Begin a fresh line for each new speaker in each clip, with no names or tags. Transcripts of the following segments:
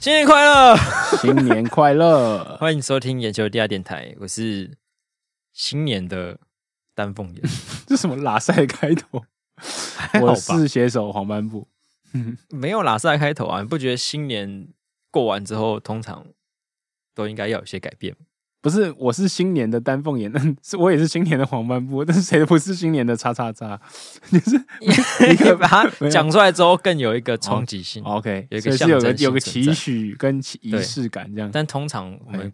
新年快乐！
新年快乐！
欢迎收听眼球地下电台，我是新年的丹凤 眼，
这什么拉塞开头？
还好
我
吧？
是写手黄斑布。
没有拉萨开头啊，你不觉得新年过完之后，通常都应该要有些改变吗？
不是，我是新年的丹凤眼， 但是我也是新年的黄斑布，但是谁不是新年的叉叉叉？
你可以把
没
它
有哦
讲出来之后，更有一个冲击性。
OK，
有一个
所以是
象
有个
征性
有个
存在
期许跟期仪式感这样。
但通常我们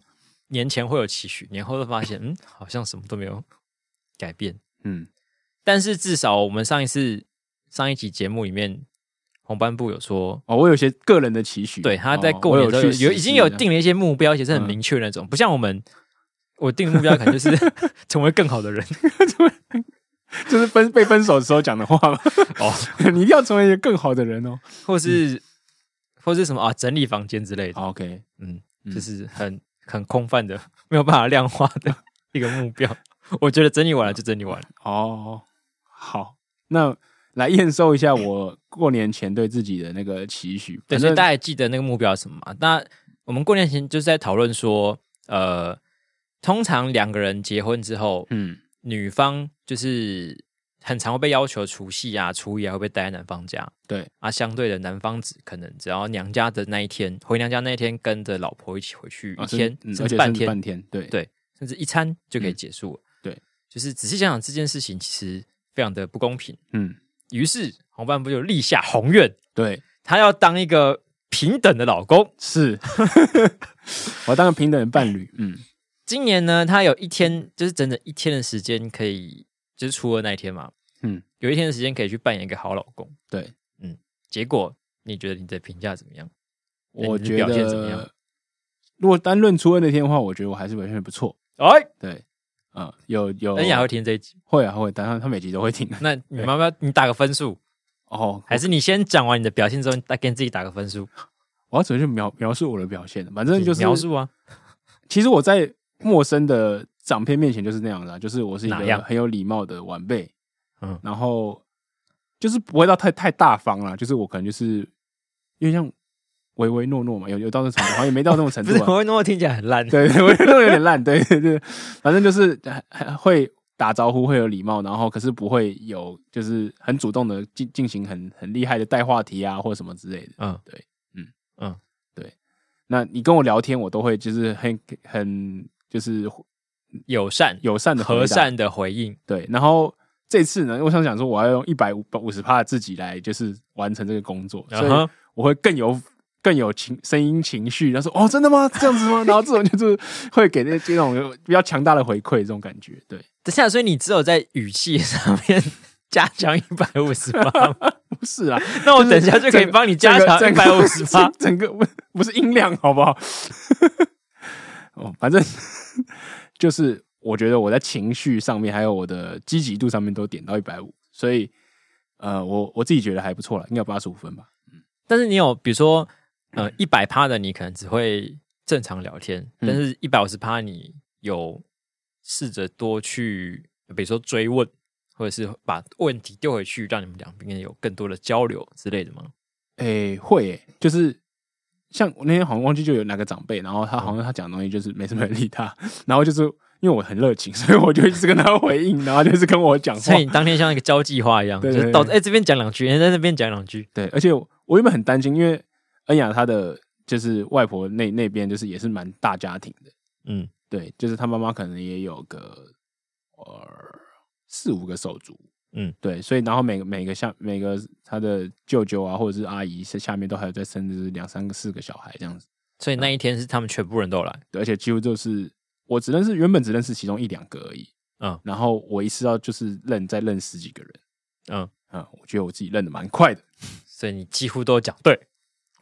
年前会有期许，年后会发现，嗯，好像什么都没有改变。
嗯，
但是至少我们上一次上一集节目里面，红斑部有说，
哦，我有些个人的期许，
对，他在
哦
过
我
年的时候
去
有
实嗯
已经
施
有
这样
定了一些目标，而且是很明确的那种，不像我们。我定的目标可能就是 成为更好的人
就是分被分手的时候讲的话嘛。
哦，
你一定要成为一个更好的人哦。
或是、或是什么啊，整理房间之类的，
好 OK，
嗯，
嗯
就是很很空泛的，没有办法量化的一个目标。 我觉得整理完了就整理完了，
哦，好，那来验收一下我过年前对自己的那个期许。
对，
反
所以
正
大家还记得那个目标是什么吗？那我们过年前就是在讨论说，呃，通常两个人结婚之后，
嗯，
女方就是很常会被要求除夕啊、初一啊会被待在男方家，
对
啊，相对的男方只可能只要娘家的那一天，回娘家那一天跟着老婆一起回去一
啊甚
天、
嗯
甚
而且
至半
甚至
天，
半天，对
对甚至一餐就可以结束了。
对，
就是仔细想想这件事情，其实非常的不公平。
嗯，
于是黄半部就立下宏愿，
对，
他要当一个平等的老公。
是， 我要当个平等的伴侣，嗯，
今年呢，他有一天，就是整整一天的时间可以，就是初二那一天嘛，
嗯，
有一天的时间可以去扮演一个好老公。
对，
结果你觉得你的评价怎么样？那
我
你的
觉
表现怎么样
得，如果单论初二那天的话，我觉得我还是表现得不错，
哎，
对，嗯，有有，
恩雅会听这一集，
会啊会，当然他每集都会听的，
那你妈妈你打个分数，
哦，
还是你先讲完你的表现之后，再跟自己打个分数？
我要怎么去描描述我的表现？反正就是
描述啊，
其实我在陌生的长辈面前就是那样的啊、就是我是一
哪
个
样
很有礼貌的晚辈，
嗯
然后就是不会到太太大方啦，就是我可能就是因为像唯唯诺诺嘛，有有到那种程度，好像也没到那种程
不是
度、啊，
我会那么听起来很烂。
对，对唯唯诺诺有点烂，对对对，反正就是还还会打招呼，会有礼貌，然后可是不会有就是很主动的进进行很很厉害的带话题啊或什么之类的。
嗯，
对，嗯
嗯，
那你跟我聊天，我都会就是很很就是
友善、
友善的
和善的回应，
对，然后这次呢，我想想说，我要用一百五五十趴的自己来，就是完成这个工作，所
嗯哼
以我会更有更有情声音情绪。然后说：“哦，真的吗？这样子吗？” 然后这种就是会给那这种比较强大的回馈，这种感觉。对，
等下，所以你只有在语气上面 加强一百五十八，
不是啊，
那我等一下就可以帮你加强
整
一
个
百五十八。，
整个整个不是音量，好不 好？哦，反正 就是我觉得我在情绪上面还有我的积极度上面都点到一百五，所以呃，我我自己觉得还不错了，应该有八十五分吧。
但是你有比如说，呃，一百趴的你可能只会正常聊天，
嗯
但是一百五十趴你有试着多去，比如说追问，或者是把问题丢回去，让你们两边有更多的交流之类的吗？
诶、会、诶，就是像我那天好像忘记就有哪个长辈，然后他
嗯
好像他讲的东西就是没什么人理他，然后就是因为我很热情，所以我就一直跟他回应，然后就是跟我讲话
所以。你当天像一个交际花一样，
对
就是
对
到
对
哎、这边讲两句，哎、在那边讲两句，
对，而且我我原本很担心，因为恩雅她的就是外婆那那边就是也是蛮大家庭的，
嗯，
对，就是她妈妈可能也有个呃四五个手足，
嗯，
对，所以然后每个每个下每个她的舅舅啊或者是阿姨是下面都还有在生就是两三个四个小孩这样子。
所以
嗯
那一天是他们全部人都有来，
对而且几乎就是我只认识原本只认识其中一两个而已，
嗯
然后我一次要就是认再认十几个人，
嗯，
啊、我觉得我自己认的蛮快的，
所以你几乎都讲对。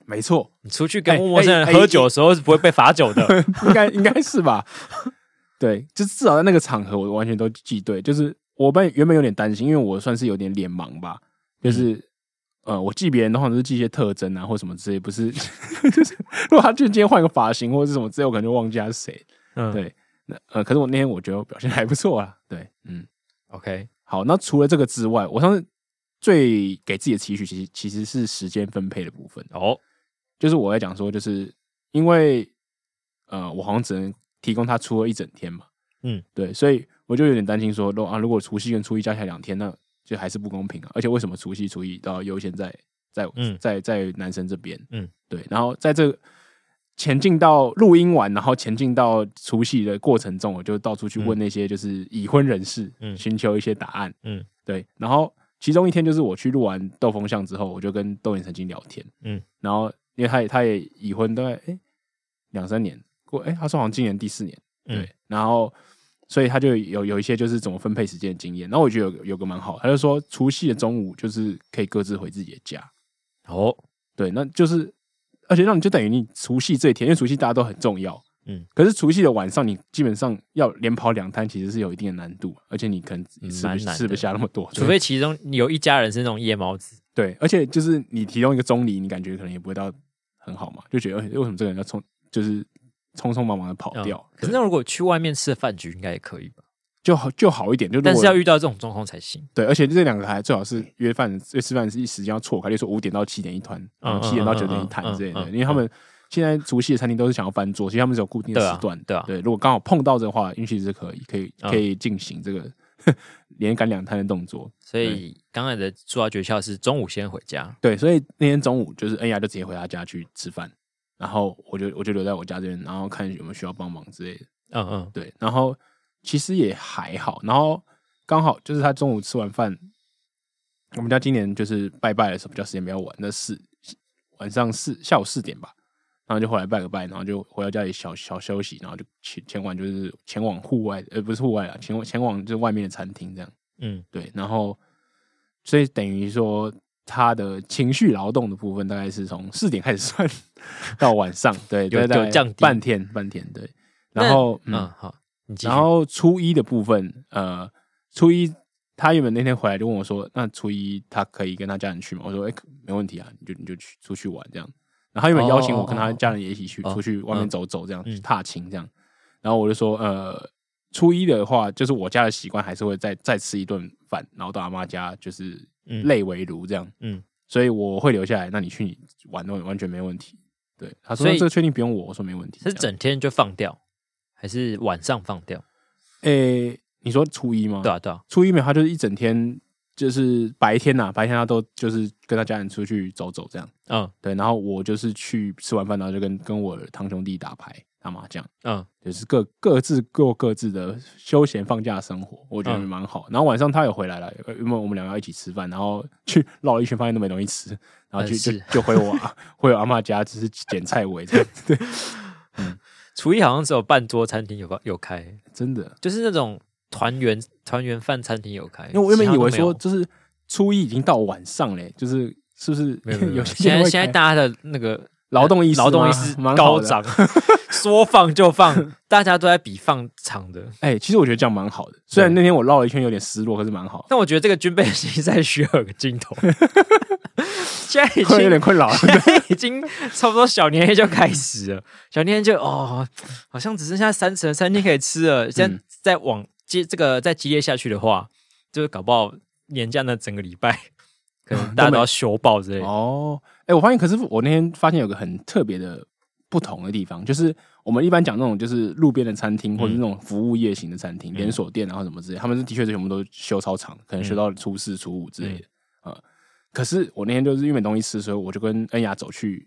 没错，
你出去跟
哎
陌生人
哎
喝
哎
酒的时候是不会被罚酒的。
应该应该是吧？ 对，就是至少在那个场合，我完全都记对。就是我本原本有点担心，因为我算是有点脸盲吧，就是、
嗯
呃，我记别人的话都是记一些特征啊或什么之类，不是 就是如果他就今天换个发型或者是什么之类，我可能就忘记他是谁。
嗯，
对那呃，可是我那天我觉得我表现还不错啊，对，嗯。
，OK，
好，那除了这个之外，我上次最给自己的期许，其实其实是时间分配的部分。
哦，
就是我在讲说，就是因为呃，我好像只能提供他初二一整天嘛，
嗯，
对，所以我就有点担心说，如果啊，如果除夕跟初一加起来两天，那就还是不公平啊。而且为什么除夕、初一都要优先在在
嗯
在在男生这边？
嗯，
对。然后在这前进到录音完，然后前进到除夕的过程中，我就到处去问那些就是已婚人士，
嗯
寻求一些答案。
嗯，
对。然后其中一天就是我去录完斗风巷之后，我就跟窦眼神经聊天。
嗯，
然后因为他也他也已婚大概诶两、三年过，诶、他说好像今年第四年。
嗯
对，然后所以他就有有一些就是怎么分配时间的经验。然后我觉得有有个蛮好，他就说除夕的中午就是可以各自回自己的家，
哦，
对，那就是而且让你就等于你除夕这一天，因为除夕大家都很重要，
嗯，
可是除夕的晚上你基本上要连跑两摊，其实是有一定的难度，而且你可能
嗯
吃不、
蛮难的
吃不下那么多，
除非其中有一家人是那种夜猫子，
对，而且就是你提供一个中离，你感觉可能也不会到很好嘛，就觉得哎为什么这个人要冲，就是匆匆忙忙的跑
嗯
掉，
可是那如果去外面吃的饭局，应该也可以吧？
就好就好一点，就如
但
果
是要遇到这种状况才行。
对，而且这两个还最好是约饭、约吃饭是时间要错开，例如说五点到七点一团，
嗯
七点到
嗯
九点
嗯
一摊
嗯
之类的，
嗯
因为他们现在除夕的餐厅都是想要翻桌，其实他们只有固定的
对啊
时段。
对啊
对，如果刚好碰到的话，运气是可以，可以
嗯
可以进行这个 连赶两摊的动作。
所以刚才的说到诀窍是中午先回家，
对，所以那天中午就是恩雅就直接回他家去吃饭，然后我就我就留在我家这边，然后看有没有需要帮忙之类的。
嗯嗯，
对，然后其实也还好，然后刚好就是他中午吃完饭，我们家今年就是拜拜的时候比较时间比较晚，那四晚上四下午四点吧，然后就回来拜个拜，然后就回到家里小小休息，然后就前前往就是前往户外，呃不是户外啊，前往前往就是外面的餐厅这样，
嗯，
对，然后所以等于说。他的情绪劳动的部分大概是从四点开始算 到晚上，对，
有
大概
有降低
半天半天，对。然
那
后嗯
嗯，好，你继续
然后初一的部分，呃，初一他原本那天回来就问我说：“那初一他可以跟他家人去吗？”我说：“哎、可没问题啊，你就你就去出去玩这样。”然后他原本邀请我跟他家人也一起去、
哦哦哦
出去外面走走，这样、
嗯
去踏青这样。然后我就说：“呃，初一的话，就是我家的习惯还是会再再吃一顿饭，然后到阿妈家就是
嗯
累为炉这样。
嗯，
所以我会留下来，那你去你玩都完全没问题。”对，他说
所以
这个确定不用我，我说没问题。
是
这样
整天就放掉，还是晚上放掉？
诶、你说初一吗？
对啊，对啊，
初一没有，他就是一整天，就是白天呐、白天他都就是跟他家人出去走走这样。
嗯
对，然后我就是去吃完饭，然后就跟跟我堂兄弟打牌、打麻将，
嗯
就是各各自过各自的休闲放假生活，我觉得
嗯
蛮好。然后晚上他也回来了，呃因为我们两个要一起吃饭，然后去绕了一圈，发现都没东西吃，然后就、
嗯
就是就回我 回我阿妈家，只是捡菜尾这样子。对，
初一好像只有半桌餐厅有吧有开，
真的，
就是那种团圆团圆饭餐厅有开。
因为我原
其
本
他
以
都
为
没有
说就是初一已经到晚上嘞，就是是不是
没有没有没有，
些
现
店
在
会
现在
开
大家的那个
劳动意识吗，
劳动意识
蛮好
高
的。
涨， 说放就放，大家都在比放长的。
哎、其实我觉得这样蛮好的。虽然那天我绕了一圈有点失落，可是蛮好，
但我觉得这个军备竞赛需要有个镜 头，现在已
会有
经
点 困扰。
现在已经差不多小年夜就开始 了，小年夜就哦，好像只剩下三成餐厅可以吃
嗯
了。现在再往接这个再激烈下去的话，就是搞不好年假那整个礼
嗯
拜，可能大家都要休爆之类的。
哦，哎、我发现，可是我那天发现有个很特别的不同的地方，就是我们一般讲那种就是路边的餐厅或者是
嗯
那种服务业型的餐厅、连锁店，然啊后什么之类，他们是的确是全部都休超长，可能
嗯
休到初四、初五之类的。呃，可是我那天就是因为没东西吃，所以我就跟恩雅走去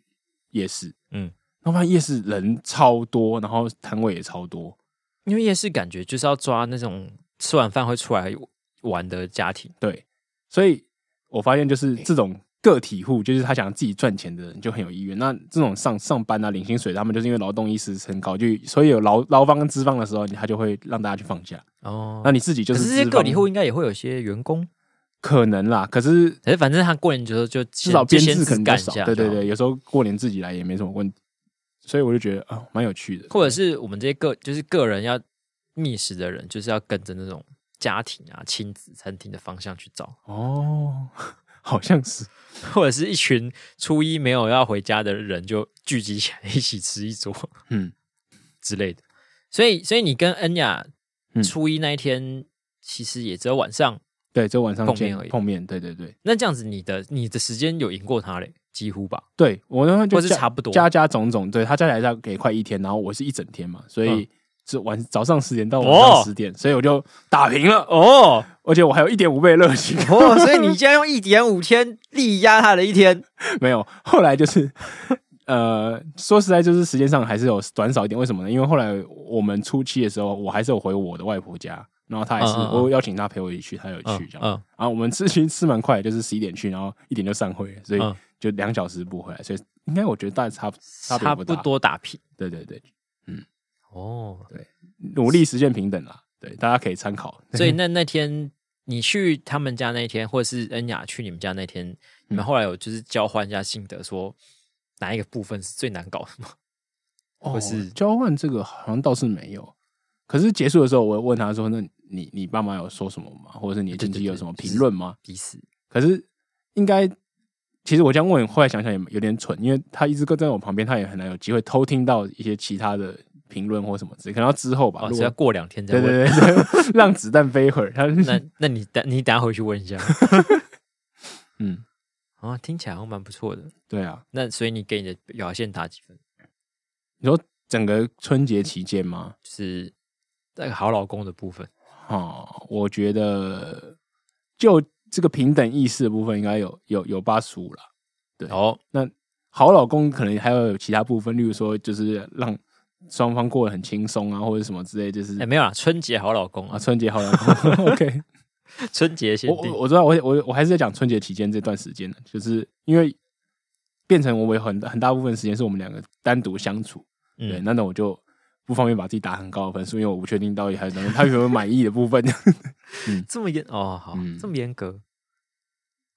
夜市。
嗯
嗯，然后发现夜市人超多，然后摊位也超多。
因为夜市感觉就是要抓那种吃完饭会出来玩的家庭，
对，所以我发现就是这种个体户，就是他想自己赚钱的人就很有意愿。那这种上上班啊、领薪水的，他们就是因为劳动意识很高，就所以有劳劳方跟资方的时候，他就会让大家去放假。
哦，
那你自己就
可是这些
资
个
方
体户应该也会有些员工，
可能啦，可是
可是反正他过年之后就
至少
先
编
先
制可能比较
干一
少
下，。
对对对，有时候过年自己来也没什么问题，所以我就觉得啊，蛮有趣的。
或者是我们这些个就是个人要觅食的人，就是要跟着那种家庭啊、亲子餐厅的方向去找，
哦， 好像是
或者是一群初一没有要回家的人就聚集起来一起吃一桌，
嗯，
之类的。所以，所以你跟恩雅
嗯
初一那一天，其实也只有晚上。
对，就晚上
碰面
见
而已
碰面，对对对。
那这样子你，的你的时间有赢过他嘞？几乎吧，
对我那天就
或是
加
差不多
加加种种，对他加起来大概快一天，然后我是一整天嘛，所以
嗯
是晚早上十点到晚上
哦
十点，所以我就打平了，
哦
而且我还有一点五倍乐趣。
哦，所以你竟然用一点五天力压他的一天，
没有，后来就是。呃，说实在，就是时间上还是有短少一点。为什么呢？因为后来我们初期的时候，我还是有回我的外婆家，然后她还是、
嗯嗯嗯
我有邀请她陪我一起去，她有去这样。
嗯
然后我们吃其实吃蛮快的，就是十一点去，然后一点就散会了，所以
嗯
就两小时不回来，所以应该我觉得大概差不差别
差
不
不
大。
多打平
对对对，
哦。
努力实现平等啦，对，大家可以参考。
所以那那天你去他们家那天，或者是恩雅去你们家那天，你们后来有就是交换一下心得，说哪一个部分是最难搞的 吗？
哦
或是
交换这个好像倒是没有，可是结束的时候，我问他说：“那你你爸妈有说什么吗？或者是你的
对
经
对
济有
对
什么
就是
评论吗
彼此？”
可是应该，其实我这样问，后来想想也有点蠢，因为他一直跟在我旁边，他也很难有机会偷听到一些其他的评论或什么之类，可能要之后吧。
哦，
如
所以要
果
过两天再
对
问。
对对，对 让子弹飞一会儿。他
那那你等你等下回去问一下
嗯，
哦，听起来好像蛮不错的。
对啊，
那所以你给你的表现打几分？
你说整个春节期间吗？
就是那个好老公的部分，
哦，我觉得就这个平等意识的部分，应该有有有八十五了。对
哦，
好老公可能还要有其他部分，例如说就是让双方过得很轻松啊，或者什么之类，就是
哎、没有啦，春节好老公
啊，
啊，
春节好老 公。OK，
春节
我
限定
我我知道，我我我还是在讲春节期间这段时间的，就是因为变成我有很很大部分时间是我们两个单独相处，对，
嗯，
那那我就不方便把自己打很高的分数，因为我不确定到底还有哪他有没有满意的部分。
这么严哦，好，
嗯
这么严格，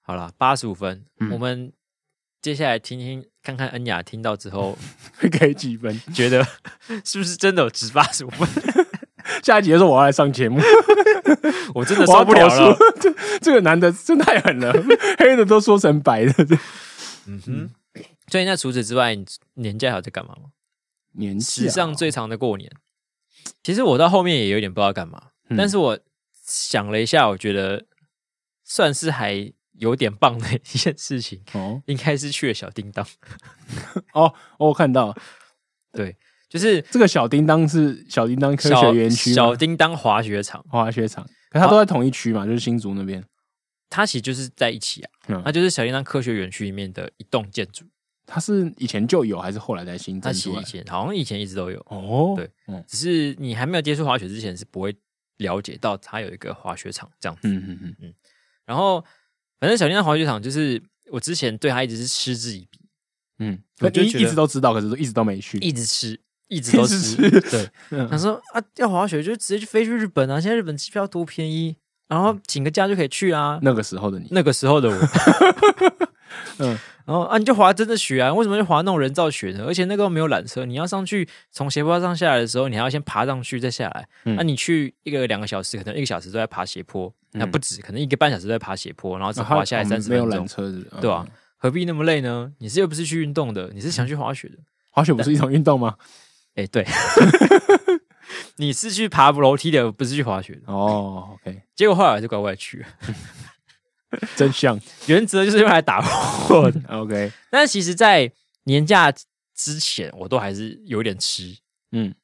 好啦，八十五分，
嗯
我们接下来听听看看恩雅听到之后，
会给几分？
觉得 是不是真的有值八十五 分？
下一集的时候我要来上节目，
我真的
我要
受不了
投
了
诉，。这这个男的真太狠了， 黑的都说成白 的。
嗯哼。所以那除此之外，你年假还有在干嘛吗？
年啊纪
史上最长的过年，其实我到后面也有点不知道干嘛，
嗯
但是我想了一下，我觉得算是还有点棒的一件事情，
哦
应该是去了小叮当。
哦，哦我看到
对，就是
这个小叮当是小叮当科
小
学园区吗
小啊叮当滑雪场，
滑雪场，可它都在同一区嘛，就是新竹那边。
它其实就是在一起啊，
嗯
它就是小叮当科学园区里面的一栋建筑，
它是以前就有还是后来才新
它
增
其实
出来
以？前好像以前一直都有，
哦，
对，
嗯
只是你还没有接触滑雪之前是不会了解到它有一个滑雪场这样子。
嗯嗯嗯，
然后反正小叮当滑雪场就是我之前对它一直是嗤之以鼻，
嗯，
我就
你
觉
一
得
直都知道，可是都一直都没去。
一直吃，一直都
一直
吃。
吃
对，
嗯
想说啊，要滑雪就直接去飞去日本啊，现在日本机票多便宜，然后请个假就可以去啊。
那个时候的你，
那个时候 的我，
嗯
嗯，然后啊，你就滑真的雪啊，为什么就滑那种人造雪呢？而且那个又没有缆车，你要上去从斜坡上下来的时候，你还要先爬上去再下来。那、
嗯
你去一个两个小时，可能一个小时都在爬斜坡，那、
嗯
不止，可能一个半小时都在爬斜坡，然后只
啊它
滑下来
哦
三十
没有
分
缆
钟，
车子，嗯
对啊？何必那么累呢？你是又不是去运动的，你是想去滑雪的。
滑雪不是一种运动吗？
哎、
嗯
对， 你是去爬楼梯的，不是去滑雪的。
哦，OK，
结果后来我还是乖乖去了，
真相
原则就是用来打破的。
，OK，
但是其实，在年假之前，我都还是有点吃，
嗯，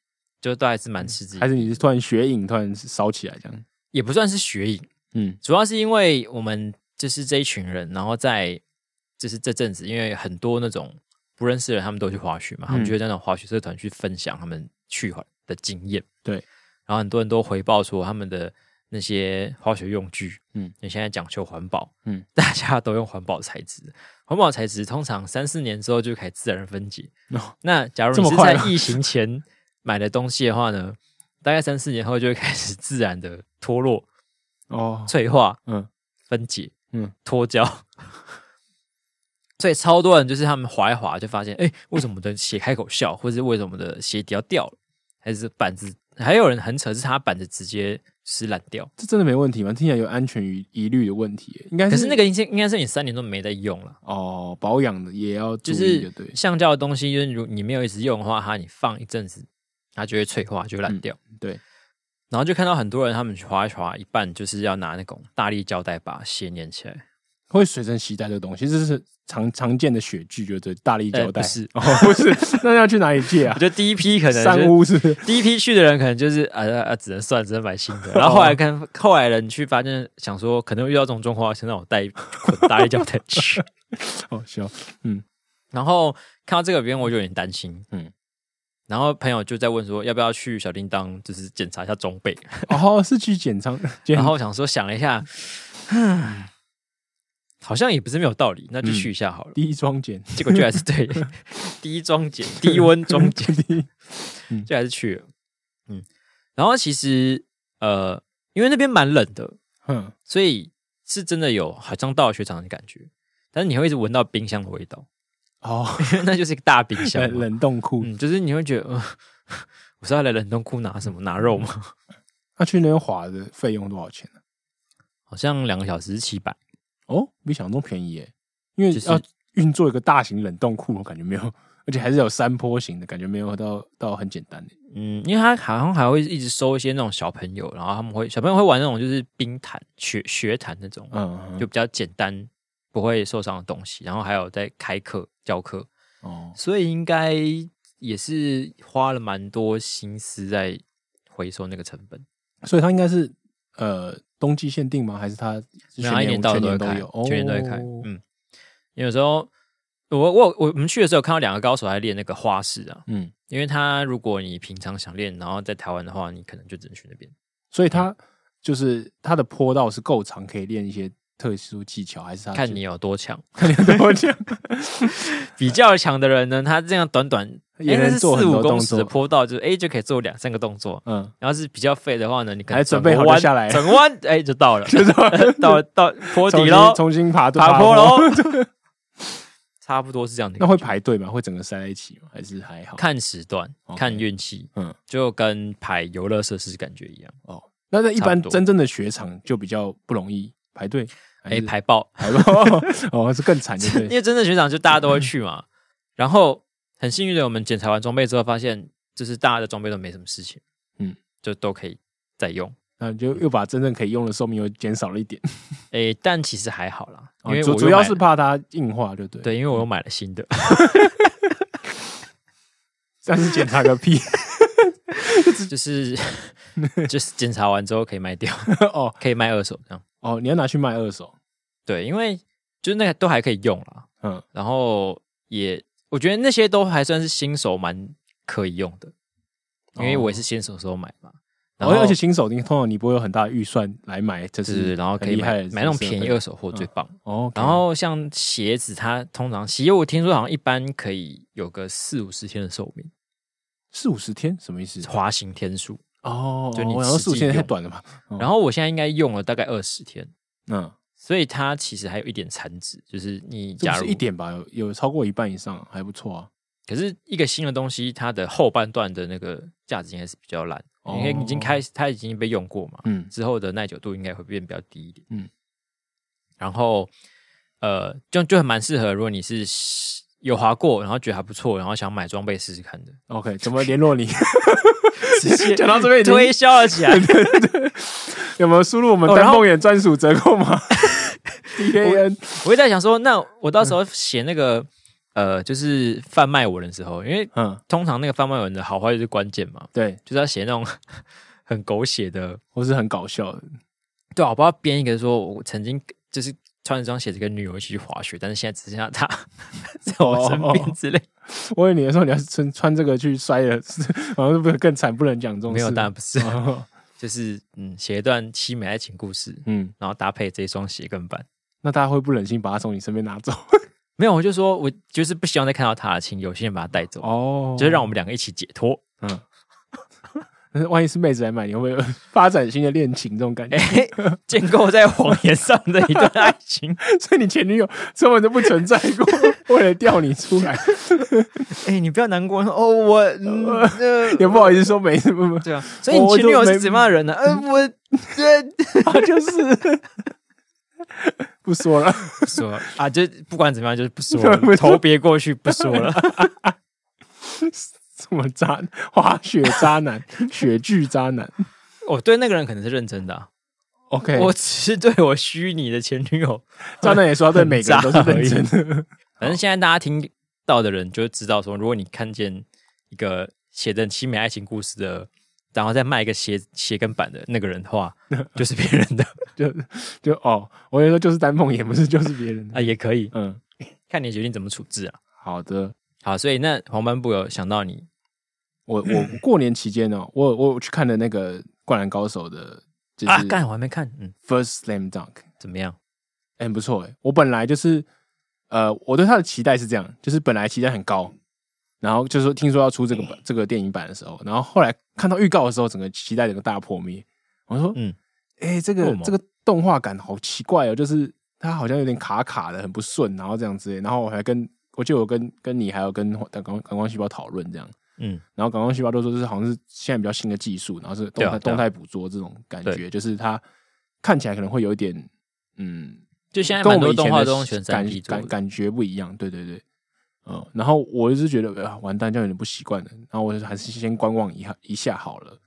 就都还是蛮吃自己
还，是你是突然雪影突然烧起来这样？
也不算是学影，
嗯
主要是因为我们就是这一群人，然后在就是这阵子，因为很多那种不认识的人，他们都去滑
嗯
雪嘛，他们就会在那种滑雪社团去分享他们去滑的经验。
对
然后很多人都回报说他们的那些滑雪用具，嗯，
嗯
因为现在讲求环保，
嗯
嗯， 大家都用环保材质，环保材质通常三四年之后就可以自然分解。
哦
那假如
这
你
么
是
快
在
啊
疫情前买的东西的话呢，大概三四年后就会开始自然的脱落、
哦，
脆化、
嗯
分解、
嗯
嗯脱胶。所以超多人就是他们滑一滑就发现，哎、为什么我的鞋开口笑，或者为什么我的鞋底要掉了，还是板子，还有人很扯，是他板子直接撕烂掉。
这真的没问题吗？听起来有安全疑虑的问题耶，应该
可是那个应该应该是你三年都没在用了，
哦，保养的也要注
就
意的，
是
对
橡胶的东西，就是如你没有一直用的话，它你放一阵子，它就会脆化，就会
嗯
烂掉。
对，
然后就看到很多人他们去滑一滑，一半就是要拿那种大力胶带把鞋粘起来，
会随身携带这个东西，这是常常见的雪具，就是大力胶
呃
带。
不是
哦，不是， 那要去哪里借
我
啊？
觉得第一批可能
山
就是
屋是不是？
第一批去的人可能就是啊啊，啊只能算，只能买新的。然后后来看，后来人去发现，想说可能会遇到这种状况，先让我带一捆大力胶带去。
哦，行，
然后看到这个边，我就有点担心，嗯
嗯。
然后朋友就在问说，要不要去小叮当，就是检查一下装备。
哦，是去检 仓，检
然后想说，想了一下，嗯，好像也不是没有道理，那就去一下好了。
第一装检，
结果就还是对 低装检、低温装检，
第
就还是去了。嗯，然后其实呃，因为那边蛮冷的，
嗯，
所以是真的有好像到了雪场的感觉，但是你会一直闻到冰箱的味道，
哦，
因为那就是一个大冰箱
冷
嘛。
冷冻库，
嗯，就是你会觉得，呃、 我是要来冷冻库拿什么拿肉吗？
那去那边滑的费用多少钱呢？
好像两个小时七百，
哦，比想象中便宜耶，因为
就是
要运作一个大型冷冻库，我感觉没有，而且还是有山坡型的感觉，没有到到很简单的。
嗯，因为他好像还会一直收一些那种小朋友，然后他们会小朋友会玩那种就是冰毯、雪雪毯那种，
嗯，
就比较简单，不会受伤的东西。然后还有在开课教课，
哦，
所以应该也是花了蛮多心思在回收那个成本。
所以它应该是呃冬季限定吗？还是它是
没有
全
他一
年
年到
全
头
年
会
都
开
有？哦，
全年都会开。嗯，因为有时候我我我我们去的时候看到两个高手在练那个花式啊，
嗯，
因为他如果你平常想练，然后在台湾的话，你可能就只能去那边。
所以它就是它的坡道是够长，可以练一些特殊技巧，还是它
看你有多强，
多强
比较强的人呢，他这样短短
也
哎那
能
是
做
四
很
五
多
公
动
尺的
作。
坡道，就是哎就可以做两三个动作。
嗯，
然后是比较废的话呢，你可能
还准备好
转个弯
就下来
转个弯哎 就 到了，
就是
到到坡
重
底
新
喽，
重新爬
爬坡。喽， 差不多是这样的感觉。
那会排队吗？会整个塞在一起吗？还是还好？
看时段，
OK
看运气，嗯
嗯，
就跟排游乐设施感觉一样，
哦，那在一
差不
般
多
真正的雪场就比较不容易排队，还
哎、
是
排爆，
排吧，哦，是更嗯惨，就
因
对，
为真正学长就大家都会去嘛。然后很幸运的，我们检查完装备之后，发现就是大家的装备都没什么事情，嗯
嗯，
就都可以再用。
那就又把真正可以用的寿命又减少了一点，
哎、但其实还好啦，因
哦
为我
主
又
主要
买
是
了
怕嗯它硬化，对不对？，
对，因为我又买了新 的，
但是检查个屁
就是 就是检查完之后可以卖掉，
哦
可以卖二手这样。
哦，你要拿去卖二手，
对，因为就是那个都还可以用啦，
嗯，
然后也我觉得那些都还算是新手蛮可以用的，因为我也是新手的时候买嘛，然后
哦而且新手你通常你不会有很大的预算来买，这
就是
是
然后可
很
以
厉害
买
的
买那种便宜
设备
二手货最棒。
哦，
然后像鞋子，它通常鞋我听说好像一般可以有个四五十天的寿命，
四五十天什么意思？
滑行天数。
哦，
就你
然
实
后
际
四五十天太
用
短了吧？哦
然后我现在应该用了大概二十天，
嗯，
所以它其实还有一点残值，就是你
这
假
不
如
是一，点吧？有有超过一半以上，还不错啊。
可是一个新的东西，它的后半段的那个价值应该是比较烂，
哦
因为已经开始它已经被用过嘛，
嗯
之后的耐久度应该会变比较低一点。嗯
嗯，
然后呃，就就很蛮适合，如果你是有滑过，然后觉得还不错，然后想买装备试试看的，
，OK，怎 么联络你？
直接
讲到这边已经
推销了起来。
有没有输入我们
哦然
丹
后
凤眼专属折扣码 ？D A N
我也在想说，那我到时候写那个呃，就是贩卖文的时候，因为
嗯，
通常那个贩卖文的好坏就是关键嘛，
对，
就是要写那种 很狗血的。
或是很搞笑的，
对啊，我不知道编一个说，我曾经就是穿着双鞋子跟女友一起去滑雪，但是现在只剩下她 在我身
哦
边之类。
我以为你说你要是穿穿这个去摔了， 好像是不是更惨？不能讲这种事。
没有，当然不是，
哦
就是嗯，写一段凄美爱情故事，
嗯，
然后搭配这一双鞋跟板。
那大家会不忍心把它从你身边拿走
没有，我就说我就是不希望再看到他了，请有心人把他带走，
哦
就是 让我们两个一起解脱。
嗯。但是万一是妹子来买，你会不会有发展新的恋情这种感觉？
哎，建构在谎言上的一段爱情。
所以你前女友 根本就不存在过， 为了调你出来，
哎，你不要难过哦，我 嗯呃
也不好意思说没什么，
对啊， 所以你前女友是怎么样的人呢？ 呃，我呃
他就是不说了。
不说啊，就不管怎么样，就是 不说
对不
了，
说
头别过去不说了。
什么渣滑雪渣男、雪具渣男？
我对那个人可能是认真的啊、
OK，
我只是对我虚拟的前女友，
照那也说，对每个人都是认真的。
反正现在大家听到的人就知道说，如果你看见一个写的凄美爱情故事的，然后再卖一个鞋鞋跟版的那个人的 话，就是别人的
就就哦，我跟你说，就是丹凤眼，不是就是别人的。
啊，也可以
嗯，
看你决定怎么处置啊。
好的。
好，所以那黄斑部有想到你，
我我过年期间哦，我我有去看了那个《灌篮高手》的，就
啊，
是
干我还没看，嗯，
First Slam Dunk，
怎么样？
哎、很不错哎、我本来就是呃，我对他的期待是这样，就是本来期待很高，然后就是说听说要出这个版这个电影版的时候，然后后来看到预告的时候，整个期待整个大破灭。我说，
嗯
嗯，哎、这
为
个
什么
这个动画感好奇怪哦，就是它好像有点卡卡的，很不顺，然后这样子、然后我还跟我就有跟跟你还有跟感光感光细胞讨论这样。
嗯，
然后感光细胞都说这是好像是现在比较新的技术，然后是
对
动
啊对啊
态、动态捕捉这种感
对
觉，就是它看起来可能会有一点嗯
就现在
跟
蛮
我们
多
以前
动画都用
的
全三
感
D 做
感
的，
感觉不一样，对对对，嗯，然后我就是觉得、呃、完蛋，这样有点不习惯了，然后我就还是先观望一下一下好了，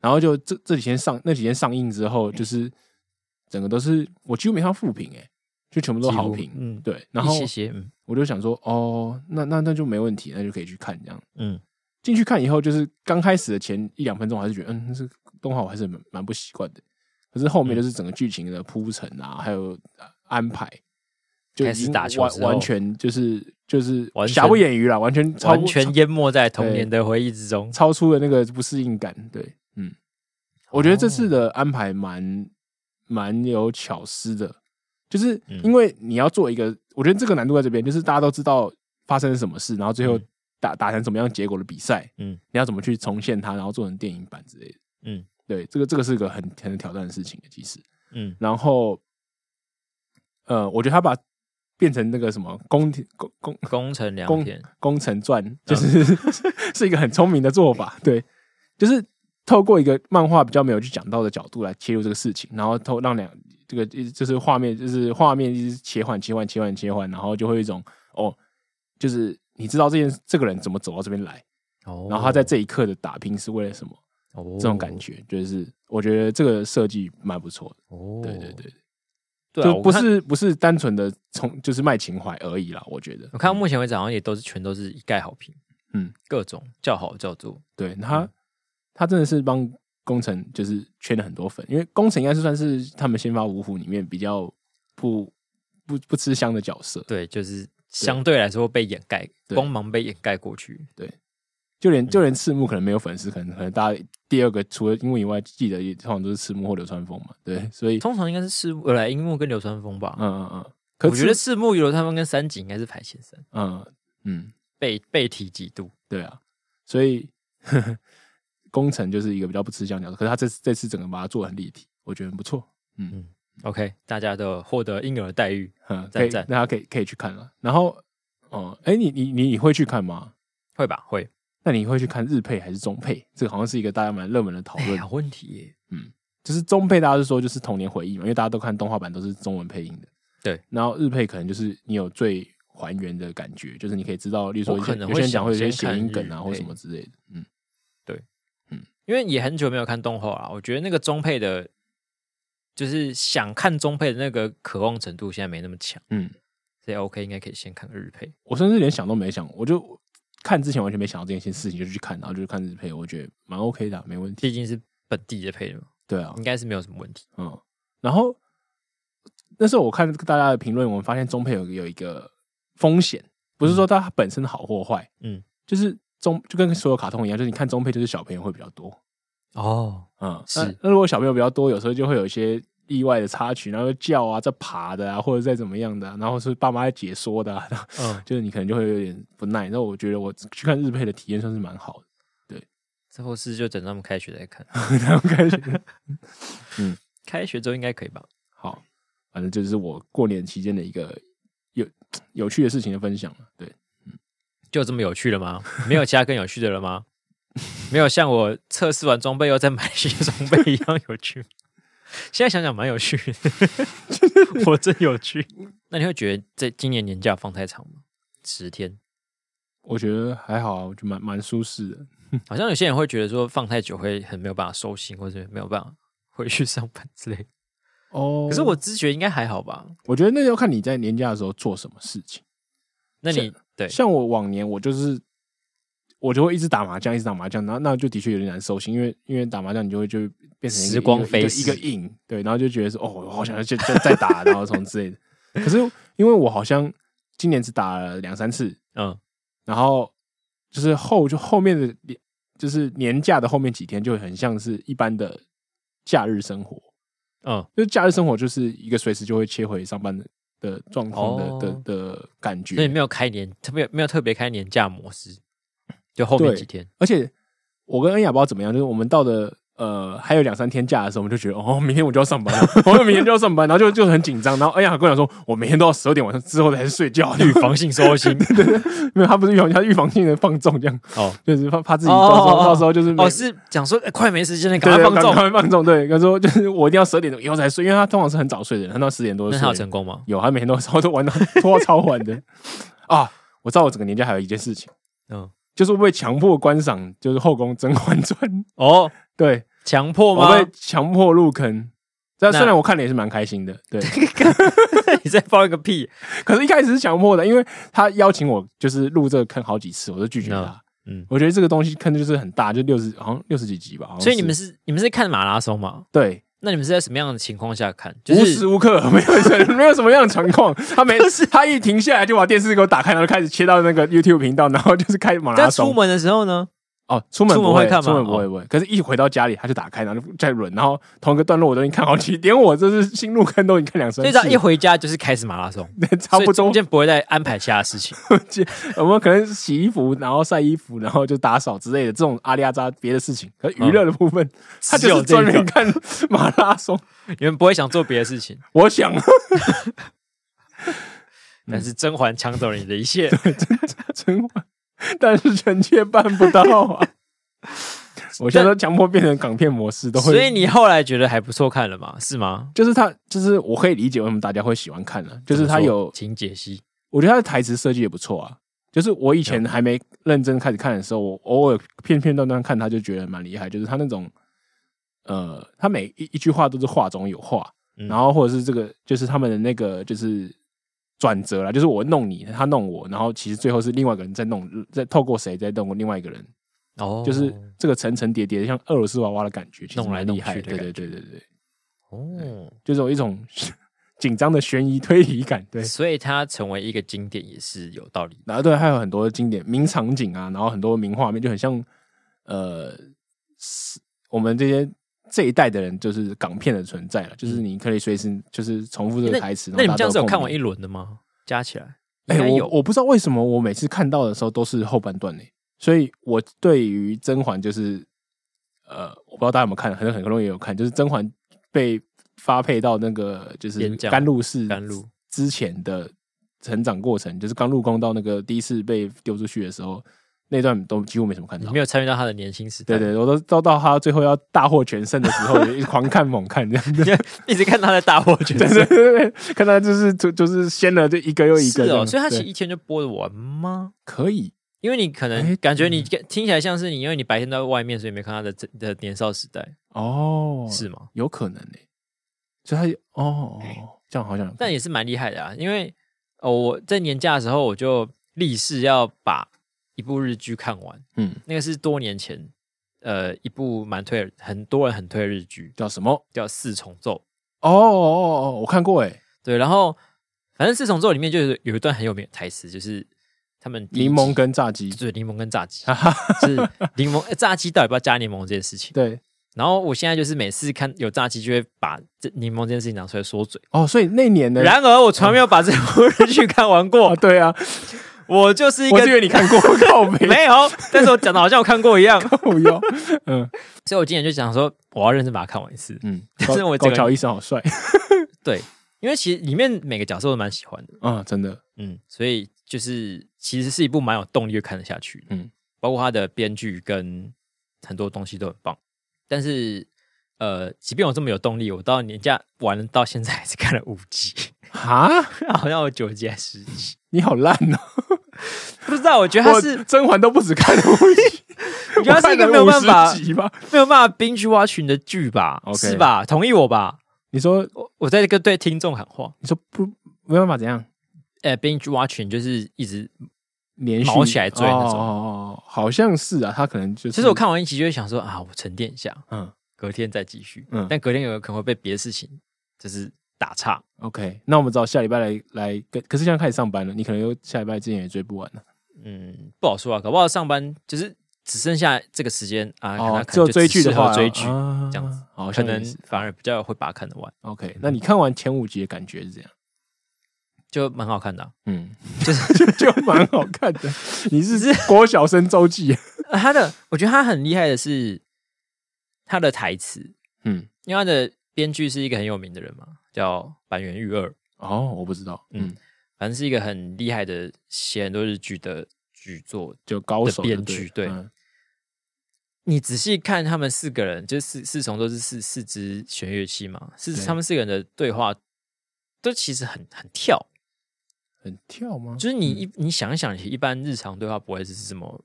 然后就这这几天上那几天上映之后，
嗯
就是整个都是我几乎没看到负评哎、就全部都
几乎
好评，
嗯
对，然后
一些些，嗯
我就想说哦，那那那就没问题，那就可以去看这样。
嗯，
进去看以后，就是刚开始的前一两分钟，还是觉得嗯，这个动画我还是蛮蛮不习惯的。可是后面就是整个剧情的铺陈啊，还有呃安排，就已
开始
经
打球
完
之后
完全就是就是
完全
瑕不掩瑜了，完全超
完全淹没在童年的回忆之中。
超出了那个不适应感。对，嗯，我觉得这次的安排蛮蛮有巧思的，就是
嗯
因为你要做一个，我觉得这个难度在这边，就是大家都知道发生了什么事，然后最后
嗯
打、打成什么样结果的比赛，
嗯
嗯，你要怎么去重现它，然后做成电影版之类的，
嗯
嗯，对，这个这个是个很很有挑战的事情的，其实，
嗯，
然后，呃，我觉得他把变成那个什么宫廷宫宫
工程良
工
田，
工程传，
嗯
就是 是一个很聪明的做法。对，就是透过一个漫画比较没有去讲到的角度来切入这个事情，然后透让两这个一直就是画面就是画面一直切换切换切换切换，然后就会有一种哦，就是你知道这件这个人怎么走到这边来，
然
然后他在这一刻的打拼是为了什么，
哦
这种感觉就是我觉得这个设计蛮不错的。
哦，
对对对，
对啊，
就
我
不
看
是不是单纯的从就是卖情怀而已啦，我觉得
我。看到目前为止好像也都是全都是一概好评，
嗯，
各种叫好叫座，
对他，
嗯
他真的是帮工程就是圈了很多粉，因为工程应该是算是他们先发五虎里面比较不不不吃香的角色，
对，就是相对来说被掩盖，
对
光芒被掩盖过去，
就
嗯
连就连赤木可能没有粉丝，可能可能大家第二个除了樱木以外，记得也通常都是赤木或流川枫嘛，对，所以
通常应该是赤木、呃来樱木跟流川枫吧。
嗯嗯嗯，可
我觉得
赤
赤木、流川枫跟三井应该是排前三，
嗯嗯
被被提几度。
对啊，所以 呵呵工程就是一个比较不吃香的角色，可是他这次这次整个把它做得很立体，我觉得很不错，嗯
OK，大家都有获得应有的待遇，
嗯，
赞
可以
赞，
大家可以可以去看了。然后，哦、哎、你你你你会去看吗？
会吧？会。
那你会去看日配还是中配？这个好像是一个大家蛮热门的讨
哎
论。
呀，问题耶，
就是中配，大家是说就是童年回忆嘛，因为大家都看动画版都是中文配音的。
对，
然后日配可能就是你有最还原的感觉，就是你可以知道，例如说
我
有些
可能
有些人
会
讲会有
想
些
先
谐
看
音梗
日
啊
配
或什么之类的。嗯，
因为也很久没有看动画了，我觉得那个中配的，就是想看中配的那个渴望程度现在没那么强。
嗯，
所以 OK 应该可以先看个日配。
我甚至连想都没想，我就看之前完全没想到这件事情，就去看，然后就去看日配，我觉得蛮 OK 的啊，没问题。
毕竟是本地的配的嘛，
对啊，
应该是没有什么问题。
嗯，然后那时候我看大家的评论，我们发现中配有有一个风险，不是说它本身好或坏，
嗯，
就是中就跟所有卡通一样，就是你看中配就是小朋友会比较多，
哦，
嗯，
是
那那如果小朋友比较多，有时候就会有一些意外的插曲，然后叫啊，在爬的啊，或者在怎么样的啊、然后是爸妈在解说的、啊，然后
嗯，
就是你可能就会有点不耐。那我觉得我去看日配的体验算是蛮好的。
这后事就等他们开学再看。
然后开始
开学之后应该可以吧？
好，反正这就是我过年期间的一个有有趣的事情的分享了。对，
就这么有趣了吗？没有其他更有趣的了吗？没有像我测试完装备又再买新装备一样有趣。现在想想蛮有趣的， 我真有趣。那你会觉得这今年年假放太长吗？十天，
我觉得还好啊，我觉得蛮蛮舒适的。
好像有些人会觉得说放太久会很没有办法收心，或者没有办法回去上班之类的。
哦
可是我知觉应该还好吧？
我觉得那要看你在年假的时候做什么事情。
那你对
像我往年我就是我就会一直打麻将，一直打麻将，然后那就的确有点难收心，因为因为打麻将你就会就变成一个
时光
一个
飞
一个
逝
一个瘾，对，然后就觉得说哦，我好想要再再再打，然后什么之类的。可是因为我好像今年只打了两三次，
嗯
然后就是后就后面的就是年假的后面几天就很像是一般的假日生活，
嗯
就是假日生活就是一个随时就会切回上班的的状况的、
哦
的的感觉，
所以没有开年，特别没有特别开年假模式，就后面
对
几天
而且我跟恩雅不知道怎么样，就是我们到的呃还有两三天假的时候，我们就觉得哦，明天我就要上班 了，我们明天就要上班，然后就就很紧张。然后恩雅跟我讲说，我每天都要十二点晚上之后才是 睡觉，
预防性收 心
没有，他不是预防，他预防性的放纵，这样
哦
就是怕怕自己到时候
哦哦哦
到时候就是每
哦，是讲说哎快没时间了，赶快
对对
放
赶
纵。
快放纵，对，他说就是我一定要十二点钟以后才睡，因为他通常是很早睡的人，他到十点多
那
就
他有
睡
成功吗？
有，他每天都超都玩到 拖到超晚的啊！我知道我整个年假还有一件事情，
嗯，
就是被强迫观赏，就是《后宫甄嬛传》。
哦，
对，
强迫
我
哦吗
被？强迫入坑。但
那
虽然我看了也是蛮开心的， 对，
你在放一个屁？
可是一开始是强迫的，因为他邀请我就是录这个坑好几次，我就拒绝他。
嗯嗯
我觉得这个东西坑就是很大，就六十好像六十几集吧。好像
所以你们
哦是
是你们是看马拉松吗？
对、
那你们是在什么样的情况下看？就
无时
是
无刻没有没有什么样的情况，他每次他一停下来就把电视给我打开，然后就开始切到那个 YouTube 频道，然后就是开马 拉
在出
松。
门的时候呢？
哦，出门
出门
不
会看吗哦
出门不会不会。可是，一回到家里他就打开，然后就再轮，然后同一个段落我都已经看好几，连我这是新入坑都已经看两三
所以
次，
只要一回家就是开始马拉松，
差不
所以
多
中间不会再安排其他事情。
我们可能洗衣服，然后晒衣服，然后就打扫之类的这种阿里阿扎别的事情。可娱乐的部分， 他
只
就
有
是
这个
专门看马拉松。
你们不会想做别的事情，
我想，嗯
但是甄嬛抢走了你的一 切，
真话，但是臣妾办不到 啊。我现在都强迫变成港片模式，都会。
所以你后来觉得还不错看了嘛？是吗？
就是他，就是我可以理解为什么大家会喜欢看了、就是他有，
请解析。
我觉得他的台词设计也不错啊。就是我以前还没认真开始看的
嗯
时候，我偶尔片片段段看，他就觉得蛮厉害。就是他那种，呃，他每一一句话都是话中有话，
嗯
然后或者是这个就是他们的那个就是转折啦，就是我弄你，他弄我，然后其实最后是另外一个人在弄，在透过谁在弄另外一个人，
哦，
就是这个层层叠叠，像俄罗斯娃娃的感觉，其实
弄来
蛮
弄
厉害
去
的。
的
对对
感
对对对，
哦，
就是有一种 紧张的悬疑推理感，对。
所以它成为一个经典也是有道理的。
然后对，还有很多经典名场景啊，然后很多名画面，就很像呃，是我们这些这一代的人，就是港片的存在了。就是你可以随时就是重复这个台词。
嗯那你
然
们
后
这样
大家
子
都
有看
共鸣
完一轮的吗？加起来
哎、
应该有
我我不知道为什么我每次看到的时候都是后半段呢、所以我对于甄嬛就是，呃，我不知道大家有没有看，可能很多人也有看，就是甄嬛被发配到那个就是
边疆
甘露寺
甘露
之前的成长过程，就是刚入宫到那个第一次被丢出去的时候，那段都几乎没什么看
你
到
没。有参与到他的年轻时代，
对对，我都都到他最后要大获全胜的时 候，一直狂看猛看这样子。
一直看他在 大获全
对
胜
对。对对，看他就是就就是掀了就一个又一
是
个这
哦，
样。
所以他其实
对
一天就播得完吗？
可以
因为你可能
哎
感觉你听起来像是你，因为你白天都在外面，所以没看他的真的年少时代，
哦，
是吗？
有可能呢、欸所以他也哦，这样好像有可能
哎但也是蛮厉害的啊。因为哦，我在年假的时候，我就立誓要把一部日剧看完。
嗯
那个是多年前，呃，一部蛮推，很多人很推的日剧，
叫什么？
叫《四重奏》。
哦哦哦，我看过哎、
对，然后反正《四重奏》里面就是有一段很有名的台词，就是他们第一
柠檬
集
跟炸鸡，
对柠檬跟炸 鸡，就是柠檬呃炸鸡到底要不要加柠檬这件事情。
对
然后我现在就是每次看有炸鸡，就会把这柠檬这件事情拿出来说嘴。
哦，所以那年的
然而我从来没有把这部日剧看完
啊，
过，
对啊，
我就是一
我是以
个
为你看 过，靠北
没有，但是我讲的好像我看过一样，
靠腰，嗯
所以我今年就想说我要认真把它看完一次。
嗯，
但是我
高
整个
高桥医生好帅
对，因为其实里面每个角色我都蛮喜欢的，
啊，真的，
嗯，所以就是其实是一部蛮有动力就看得下去的，
嗯
嗯，包括它的编剧跟很多东西都很棒，但是呃，即便我这么有动力，我到年假完了到现在还是看了五集，
哈，
好像有九集还是十集，
你好烂哦、
不知道，我觉得它
我
是，
甄嬛都不止看了五集，
我觉得它是一个
我看了
没有办法
50集吧？
没有办法 binge watching 的剧吧
OK
是吧？同意我吧？
你你说
我我在跟对听众喊话，
你说不没办法怎样
呃，binge watching 就是一直，
连续
毛起来追那种
哦哦哦哦好像是啊，他可能就是
其实我看完一集就会想说啊，我沉淀一下，
嗯
隔天再继续。
嗯
但隔天有可能会被别的事情就是打岔。
OK，那我们只好下礼拜来来跟，可是现在开始上班了，你可能又下礼拜之前也追不完了，
嗯，不好说啊，搞不好上班就是只剩下这个时间啊，那
哦，
可
只有
能就
追剧
适
的
合
话，
追剧，
啊
这样子，
好
可
像
能
也是
反而比较会把它看得完，
OK。那你看完前五集的感觉是怎样？
就蛮好看的啊、
嗯，
就
就 就蛮好看的。你是国小生周记，啊
呃他的我觉得他很厉害的是他的台词，
嗯，
因为他的编剧是一个很有名的人嘛，叫板垣裕二，
哦，我不知道，嗯
嗯，反正是一个很厉害的写很多日剧的剧作
就高
的
手就
编剧对
对了，嗯
你仔细看他们四个人，就是四四重都是四四支弦乐器嘛，是
对
他们四个人的对话都其实很很跳，
很跳吗？
就是你一、你想一想，一般日常对话不会是这么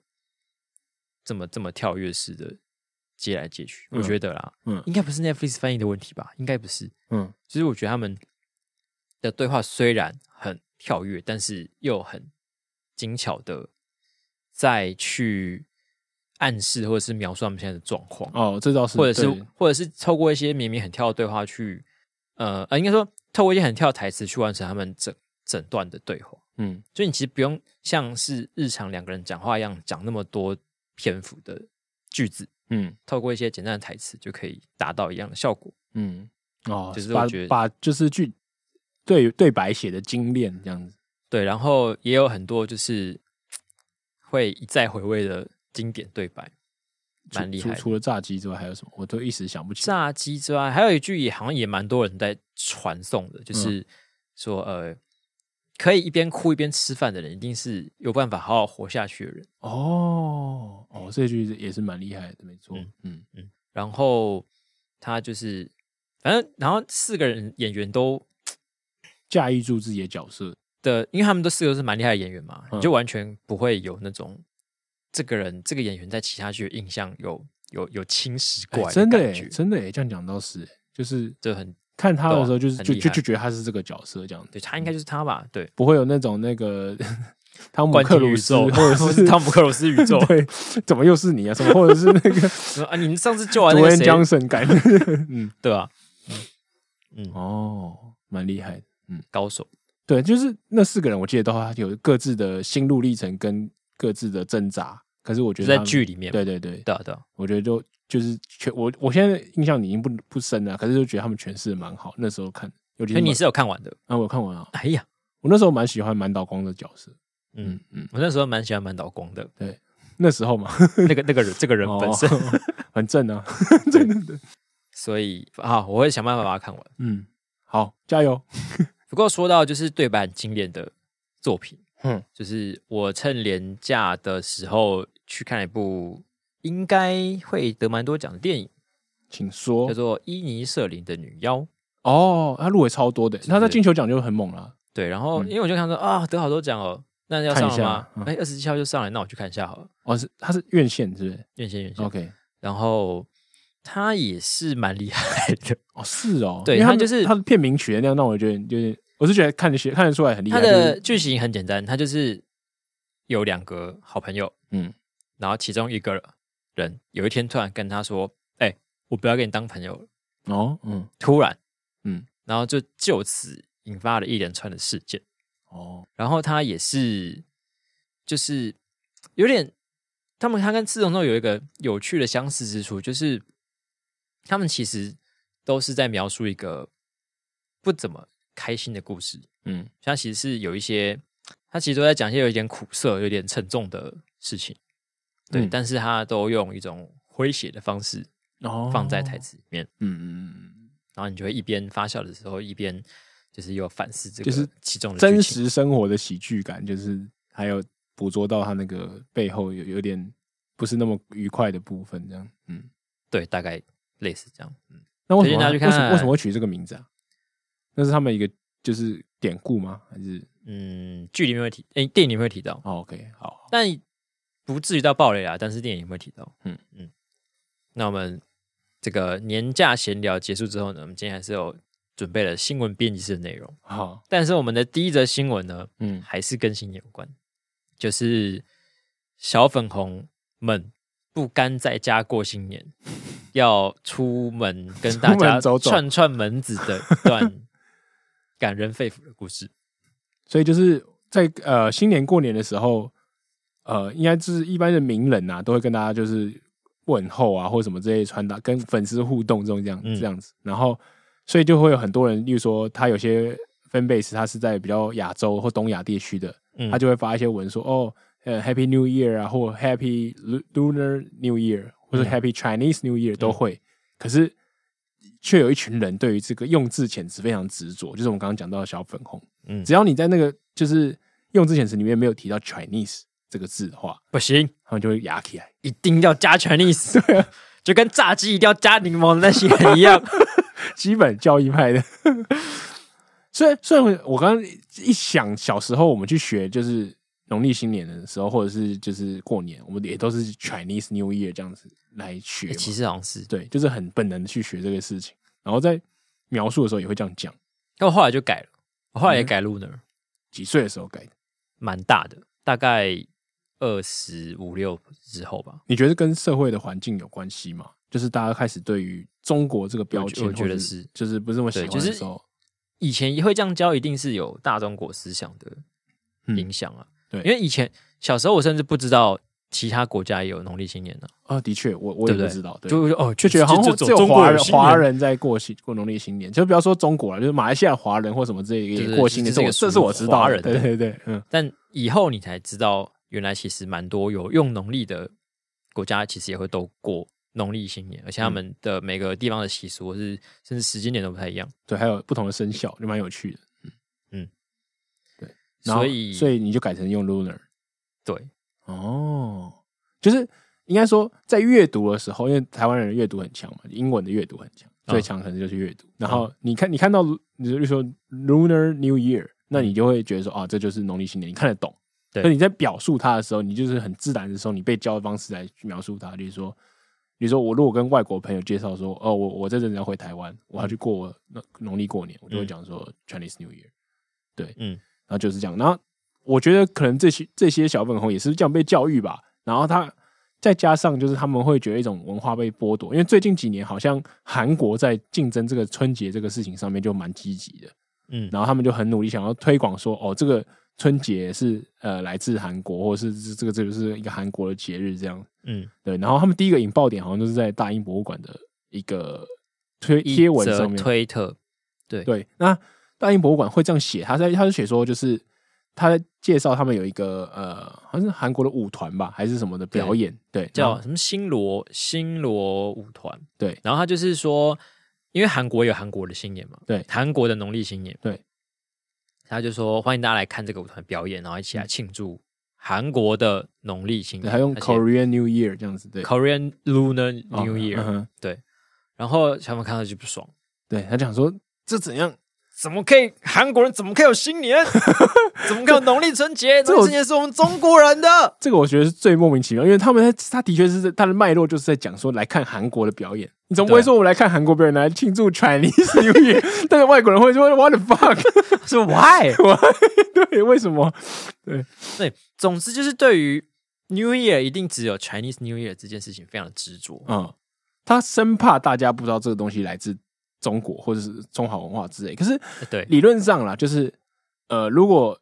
这么这么跳跃式的接来接去，
嗯
我觉得啦，
嗯
应该不是 Netflix 翻译的问题吧，应该不是，
嗯，
就是我觉得他们的对话虽然很跳跃，但是又很精巧的再去暗示或者是描述他们现在的状况。
哦，这倒是，
或者是
对
或者是透过一些明明很跳的对话去，呃呃，应该说透过一些很跳的台词去完成他们整整段的对话。
嗯
所以你其实不用像是日常两个人讲话一样讲那么多篇幅的句子，
嗯
透过一些简单的台词就可以达到一样的效果。
嗯，哦，
就是
把
我觉得
把就是剧对对白写的精炼这样子，
对，然后也有很多就是会一再回味的经典对白，
除
蛮厉
除
害的。
除了炸鸡之外还有什么？我都一时想不起。
炸鸡之外，还有一句也好像也蛮多人在传颂的，
嗯
就是说、呃，可以一边哭一边吃饭的人，一定是有办法好好活下去的人。
哦哦，这句是也是蛮厉害的，没错。嗯
然后他就是，反正然后四个人演员都
驾驭住自己的角色，哎
的，因为他们都四个都是蛮厉害的演员嘛，
嗯
你就完全不会有那种这个人这个演员在其他剧的印象有有有侵蚀
哎
过来
真的
感
哎，
觉，
真的哎，这样讲倒是，就是
就很
看他的时候，就是
对啊
就
很厉
就
害
就觉得他是这个角色这样子，
对他应该就是他吧，对，
不会有那种 那个汤姆
关
克
键
鲁
宇
斯
宙
或
或
者
是
是，
汤姆克鲁斯宇宙
对，怎么又是你啊？什么或者是 那个
说啊，你们上次救完那
主
个
演
谁，
Johnson 感觉，嗯，
对啊吧、
哦，蛮厉害的。
高手，
对，就是那四个人，我记得都有各自的心路历程跟各自的挣扎。可是我觉
就
得
在
他们
剧里面嘛，
对对对，
对啊对啊，
我觉得就就是全我我现在印象已经不不深了，可是就觉得他们诠释的蛮好。那时候看，尤其
所
是
以你
满
是有看完的。
啊，我有看完啊，
哎呀，
我那时候蛮喜欢满岛光的角色。嗯
嗯，
嗯，
我那时候蛮喜欢满岛光的
那时候嘛，
那个那个人这个人本身，
哦很正啊，
所以啊，我会想办法把它看完。
嗯，好，加油，
不过说到就是对白很经典的作品，
嗯
嗯，就是我趁廉价的时候去看了一部应该会得蛮多奖的电影，
请说
叫。做《伊尼舍林的女妖》。
哦，他入围超多的，他在金球奖就很猛啦。
对，然后
嗯
因为我就看说啊，得好多奖哦，那要
看一
上了
下
吗
嗯？
哎，二十七号就上来，那我去看一下好了。
哦，是他是院线是不是
院线院线，
？OK，
然后他也是蛮厉害的，
哦是哦，
对
因为
他就是
他的片名取的那样，让我觉得有点，我是觉得看得起看得出来很厉害。
他
就是
的剧情很简单，他就是有两个好朋友，
嗯
然后其中一个人有一天突然跟他说：“哎、我不要跟你当朋友了。
哦嗯”
突然，
嗯，
然后就就此引发了一连串的事件。
哦
然后他也是，就是有点，他们他跟赤龙洞有一个有趣的相似之处，就是他们其实都是在描述一个不怎么开心的故事。
嗯
它其实是有一些，它其实都在讲一些有一点苦涩、有点沉重的事情，对，
嗯
但是它都用一种诙谐的方式
哦
放在台词里面，
嗯嗯
然后你就会一边发笑的时候，一边就是又反思这个
就是
其中
嗯，
的
真
剧情，
实生活的喜剧感，就是还有捕捉到他那个背后有有点不是那么愉快的部分，这样嗯。
对，大概类似这样。嗯，
那为
推
什么
荐大家去看
为什么为什么会取这个名字啊？那是他们一个就是典故吗？还是
嗯，剧里面会提，诶，电影里面会提到，
哦，OK，好，
但不至于到暴雷啊，但是电影里面会提到。
嗯
嗯嗯，那我们这个年假闲聊结束之后呢，我们今天还是有准备了新闻编辑室的内容，
好，
但是我们的第一则新闻呢，
嗯，
还是跟新有关，就是小粉红们不甘在家过新 年，要出门跟大
出
家
门走走
串串门子的一段 感人肺腑的故事。
所以就是在呃新年过年的时候，呃，应该就是一般的名人呐、都会跟大家就是问候啊，或者什么之类的传达，跟粉丝互动这种这样、
嗯
这样子，然后所以就会有很多人，例如说他有些 fan base 他是在比较亚洲或东亚地区的，
嗯，
他就会发一些文说哦，呃，Happy New Year 啊，或 Happy Lu- Lunar New Year，或者
嗯
Happy Chinese New Year 都会。可是却有一群人对于这个用字遣词非常执着，就是我们刚刚讲到的小粉红。
嗯
只要你在那个就是用字遣词里面没有提到 Chinese 这个字的话，
不行，
他们就会压起来。
一定要加 Chinese，就
啊
跟炸鸡一定要加柠檬那些一 样。
基本教义派的。 虽然虽然我刚刚一想，小时候我们去学就是农历新年的时候，或者是就是过年，我们也都是 Chinese New Year 这样子来学嘛、
欸其实好像是，
对，就是很本能的去学这个事情，然后在描述的时候也会这样讲。
但我后来就改了，我后来也改 Lunar，
几岁的时候改的？
蛮大的，大概二十五六之后吧。
你觉得跟社会的环境有关系吗？就是大家开始对于中国这个标签，
我觉我觉得
或
是
就是不是那么喜
对就
欢的
是
时候，
以前也会这样教，一定是有大中国思想的
嗯
影响啊。
对
因为以前小时候，我甚至不知道其他国家也有农历新年呢、
啊，的确，我我
对
也
不对？
不知道，对
就会说哦，
就觉得好像
只
只有华人
新年啊
华人在过新过农历新年，就不要说中国了，就是马来西亚华人或什么之类
对
也
对
过新年，
这
我
个
这
属于
是我知道
华
的
人
对
的
对对，嗯，
但以后你才知道，原来其实蛮多有用农历的国家，其实也会都过农历新年，而且他
嗯
们的每个地方的习俗或是甚至时间点都不太一样。
对，还有不同的生肖，就蛮有趣的，嗯
嗯，
对，然后
所以，
所
以
以你就改成用 lunar
对，
哦，就是应该说在阅读的时候，因为台湾人的阅读很强嘛，英文的阅读很强，最强可能就是阅读。然后你看你看到你就说 lunar new year，那你就会觉得说啊，这就是农历新年，你看得懂。
对
所以你在表述它的时候，你就是很自然的时候，你被教的方式来描述它，比如说，比如说我如果跟外国朋友介绍说，哦，我我这阵子要回台湾，我要去过农农历过年，我就会讲说 Chinese New Year，对，
嗯
然后就是这样，然后我觉得可能这些这些小粉红也是这样被教育吧，然后他再加上就是他们会觉得一种文化被剥夺，因为最近几年好像韩国在竞争这个春节这个事情上面就蛮积极的，
嗯
然后他们就很努力想要推广说，哦，这个春节是呃来自韩国，或者是这个这个就是一个韩国的节日这样。
嗯，
对，然后他们第一个引爆点好像就是在大英博物馆的一个推贴文上面，
推特，对
对，那大英博物馆会这样写，他在他是写说，就是他在介绍他们有一个呃，好像是韩国的舞团吧，还是什么的表演，对，然
叫
后
什么新罗新罗舞团，
对
然后他就是说，因为韩国有韩国的新年嘛，
对
韩国的农历新年，
对，
他就说欢迎大家来看这个舞团表演，然后一起来庆祝韩国的农历新
对
年，
他用
而且
Korean New Year 这样子，对
Korean Lunar
哦
New Year，、
嗯哼
然后小粉看到就不爽，
对他讲说这怎样？
怎么可以韩国人怎么可以有新 年，怎么可以有农历春节？
这
农历春节是我们中国人 的，
这个我觉得是最莫名其妙，因为他们在他的确是在他的脉络就是在讲说来看韩国的表演，你总不会
对
说我们来看韩国表演来庆祝 Chinese New Year，但是 外国人会说 What the fuck？
是 Why？
对，为什么？
对，总之就是对于 New Year 一定只有 Chinese New Year 这件事情非常的执着。
嗯，他生怕大家不知道这个东西来自中国或者是中华文化之类。可是
呃对，
理论上啦，就是呃，如果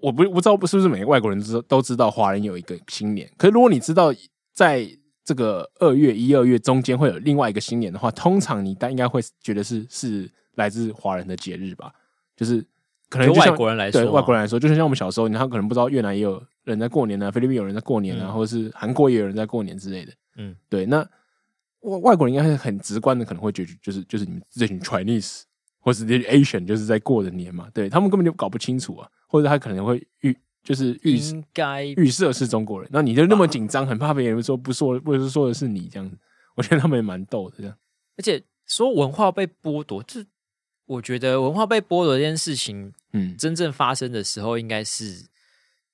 我不我知道不是不是每个外国人知都知道华人有一个新年，可是如果你知道在这个二月一二月中间会有另外一个新年的话，通常你但应该会觉得是是来自华人的节日吧，就是。可能
就
就像
外国人来说
对
嘛，
外国人来说，就像我们小时候，他可能不知道越南也有人在过年啊，菲律宾有人在过年啊，
嗯
或者是韩国也有人在过年之类的。
嗯，
对，那外外国人应该是很直观的，可能会觉得就是就是你们这群 Chinese 或是这群 Asian 就是在过的年嘛，对他们根本就搞不清楚啊，或者他可能会预就是预
应该
预设是中国人，那你就那么紧张，很怕别人说不说，或者是说的是你这样子，我觉得他们也蛮逗的这样。
而且说文化被剥夺，这我觉得文化被剥夺这件事情
嗯，
真正发生的时候，应该是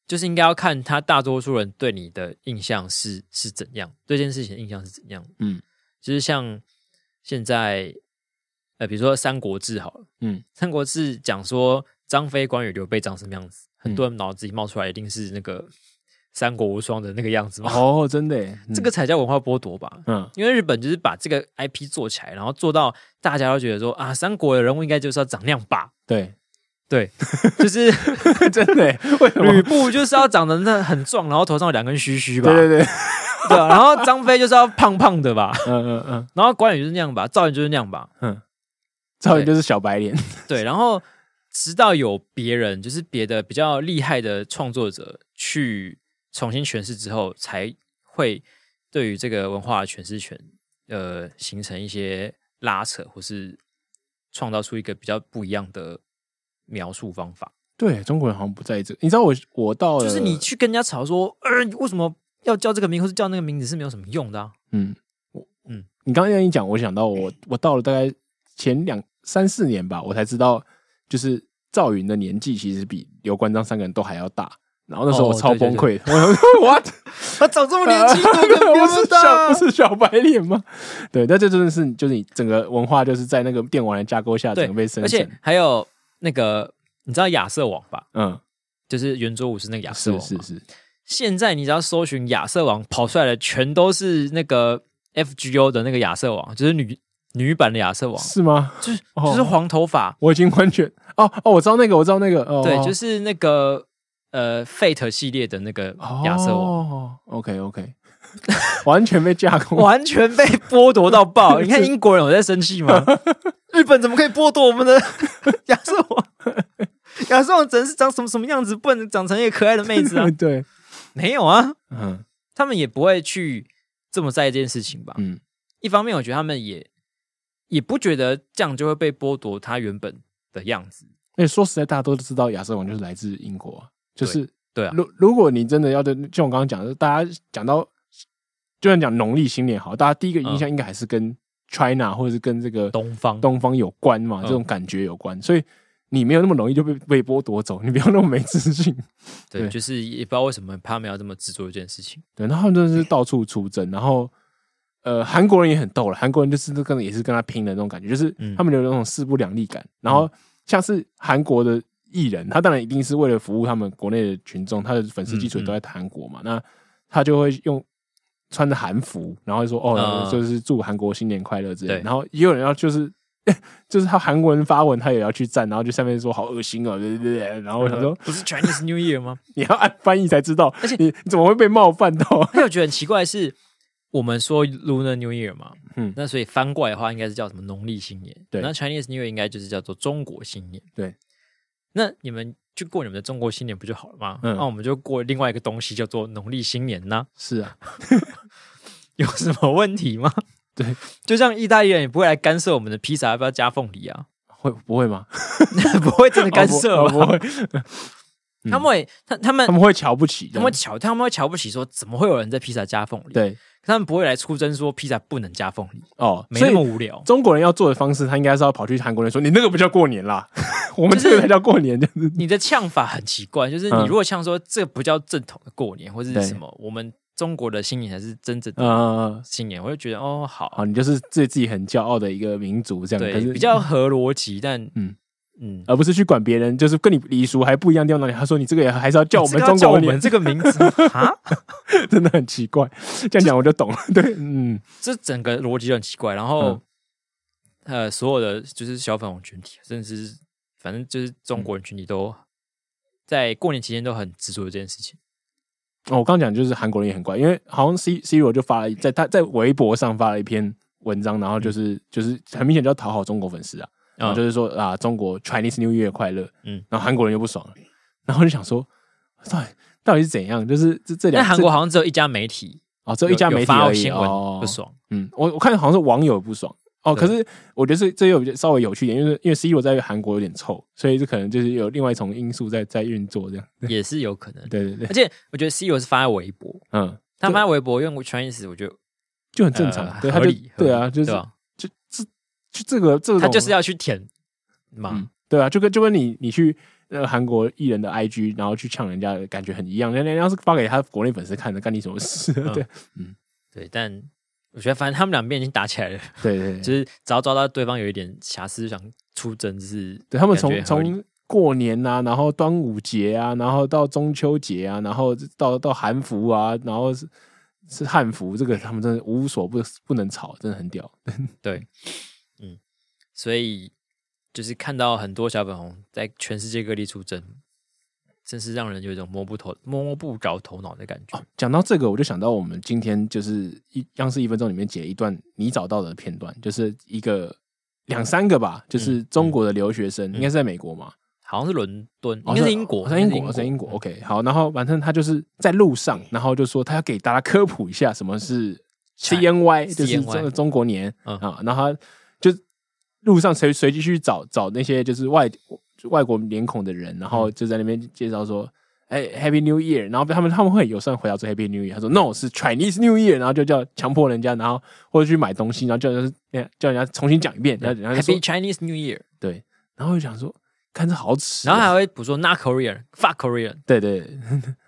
就是应该要看他大多数人对你的印象是是怎样，对这件事情的印象是怎样。
嗯，
就是像现在呃，比如说《三国志》好了，
嗯
《三国志》讲说张飞、关羽、刘备长什么样子，
嗯
很多人脑子里冒出来一定是那个三国无双的那个样子嘛，
哦，真的耶，嗯
这个才叫文化剥夺吧？
嗯
因为日本就是把这个 IP 做起来，然后做到大家都觉得说啊，三国的人物应该就是要长那样吧？
对，
对，就是
真的耶，为什么？
吕布就是要长得那很壮，然后头上有两根须须吧？
对对对，
对啊然后张飞就是要胖胖的吧？
嗯嗯嗯，
然后关羽就是那样吧，赵云就是那样吧，
赵云就是小白脸，
对。然后直到有别人，就是别的比较厉害的创作者去重新诠释之后，才会对于这个文化的诠释权，呃，形成一些拉扯，或是创造出一个比较不一样的描述方法。
对中国人好像不在意这个。你知道我我到了，
就是你去跟人家吵说，呃，为什么要叫这个名或是叫那个名字是没有什么用的、啊。
嗯，我嗯
嗯，
你刚刚这样一讲，我想到我我到了大概前两三四年吧，我才知道，就是赵云的年纪其实比刘关张三个人都还要大。然后那时候我
哦
超
对对
崩 溃，我说 what？
他长这么
年轻
怎么
不是小不是小白脸吗？对，但这真的是就是你整个文化就是在那个电玩的架构下 整
对
个被生
而且
成，
还有那个，你知道亚瑟王吧？
嗯，
就是圆桌武士那个亚瑟
是
王
是
嘛
是，
现在你只要搜寻亚瑟王，跑出来的全都是那个 FGO 的那个亚瑟王，就是女女版的亚瑟王，
是吗？
就是
哦
就是黄头发，
我已经完全哦哦，我知道那个，我知道那个，哦、
对，就是是那个呃 Fate 系列的那个亚瑟王。
哦，OK OK，完全被架 空，！
完全被剥夺到 爆！你看英国人有在生气吗？ 日本怎么可以剥夺我们的 亚瑟王？ 亚瑟王只能是长什么什么样子，不能长成一个可爱的妹 子啊
对，
没有啊，
嗯
他们也不会去这么在意这件事情吧？
嗯，
一方面，我觉得他们也也不觉得这样就会被剥夺他原本的样子。
而且说实在，大家都知道亚瑟王就是来自英国、啊，就是
对啊，
如如果你真的要对，就像我刚刚讲的，大家讲到就算讲农历新年好，大家第一个印象应该还是跟 China 或者是跟这个
东方
东方有关嘛，
嗯
这种感觉有关，所以你没有那么容易就被被剥夺走，你不要那么没自信。
对，
对
就是也不知道为什么他们要这么执着一件事情。
对，然后他们真的是到处出征，然后呃，韩国人也很逗了，韩国人就是那个也是跟他拼的那种感觉，就是
嗯
他们有那种势不两立感。然后像是韩国的艺人，他当然一定是为了服务他们国内的群众，他的粉丝基础
嗯
也
嗯
都在韩国嘛，那他就会用。穿着韩服，然后就说哦，
嗯
就是祝韩国新年快乐之类的。
对
然后也有人要就是 就是他韩国人发文，他也要去赞，然后就下面说好恶心哦，对对对。然后我想说，
呃不是 Chinese New Year 吗？
你要按翻译才知道，
嗯而且
你你怎么会被冒犯到？
而且我觉得很奇怪的是，我们说 Lunar New Year 嘛，
嗯
嗯，那所以翻过来的话，应该是叫什么农历新年？
对
那 Chinese New Year 应该就是叫做中国新年。
对，
那你们去过你们的中国新年不就好了吗？
嗯
那我们就过另外一个东西叫做农历新年呐、
是啊，
有什么问题吗？
对，
就像意大利人也不会来干涉我们的披萨要不要加凤梨 啊，
会不会吗？
不会真的干涉
哦
吧
不 哦不会，嗯
他们会，他他们
他们会瞧不起
他
的。
们会瞧他们会瞧不起说怎么会有人在披萨加凤梨？，
对
他们不会来出征说披萨不能加凤梨，
哦，
没
所
那
以
么无聊。
中国人要做的方式，他应该是要跑去韩国人说：“你那个不叫过年啦， 我们
就是
这个才叫过年。”这 样子，
你的呛法很奇怪，就是
嗯
你如果呛说这不叫正统的过年，或者
对
是什么，我们中国的新年才是真正的
呃，
新年，我就觉得哦好，
好，你就是对自己很骄傲的一个民族，这样嗯可
对，
是
比较合逻辑，但
嗯
嗯嗯，
而不是去管别人，就是跟你礼俗还不一样的地方哪里。他说：“你这个也还是要叫我
这
们
个要
中
叫
国
我
年
们。这个名字吗啊，”
真的很奇怪，这样讲我就懂了。 对，嗯，
这整个逻辑就很奇怪。然后呃，所有的就是小粉红群体，甚至是反正就是中国人群体都在过年期间都很执着这件事情。
哦我刚刚讲就是韩国人也很怪，因为好像 C C 罗就发了一在他在微博上发了一篇文章，然后
嗯
就是就是很明显就要讨好中国粉丝啊。然
啊
后，就是说啊，中国 Chinese New Year 快乐，嗯
嗯，
然后韩国人又不爽了，然后就想说，到底到底是怎样？就是这这两
但韩国好像只有一家媒体
哦，只有一家媒体
发
而已
新闻
哦
不，爽，
嗯，我我看好像是网友不爽哦，可
对
是我觉得是这有稍微有趣一点，因为因为 C 罗在韩国有点臭，所以这可能就是有另外一种因素在在运作这样，
也是有可能。
对对对
而，且我觉得 CEO 是发在微博，
嗯，
他发在微博用 Chinese，我觉得
就很正常
呃，
对，
合
他就
理，
对
合
啊，
理
就是
对吧
就这就这个这种
他就是要去舔
嗯
嘛，，
对啊，就跟就跟你你去呃韩国艺人的 IG，然后去呛人家的感 觉很一样，人家人家是发给他国内粉丝看的，干你什么事？
嗯
对，
对，但我觉得反正他们两边已经打起来了，
对对
就
对，
是只要抓到对方有一点瑕疵，想出征，就是
对他们
感觉
从
合理
从过年啊，然后端午节啊，然后到中秋节啊，然后到到韩服啊，然后是是汉服，这个他们真的无所不不能吵，真的很屌。
对，嗯，所以就是看到很多小粉红在全世界各地出征，真是让人有一种摸不头摸不着头脑的感觉。
讲到这个，我就想到我们今天就是一央视一分钟里面剪一段你找到的片段，就是一个两三个吧，就是
嗯
中国的留学生，应该是在美国嘛，
好像是伦敦，应
哦
该是英国，
哦在英
应该是
国，在英国。OK，好，然后反正他就是在路上，然后就说他要给大家科普一下什么是 CNY，就是中
CNY
中国年
嗯
啊。然后他就路上随随机去找找那些就是外外国脸孔的人，然后就在那边介绍说。哎、h a p p y New Year！然后他们他们会友善回答说 Happy New Year，他说
嗯
No 是 Chinese New Year，然后就叫强迫人家，然后或者去买东西，然后叫人家叫人家重新讲一遍，然后人家就说
Happy Chinese New Year，
对，然后我就想说，看这好耻哦、
然后还会补说 Not Korean，Fuck Korean，
对对， 对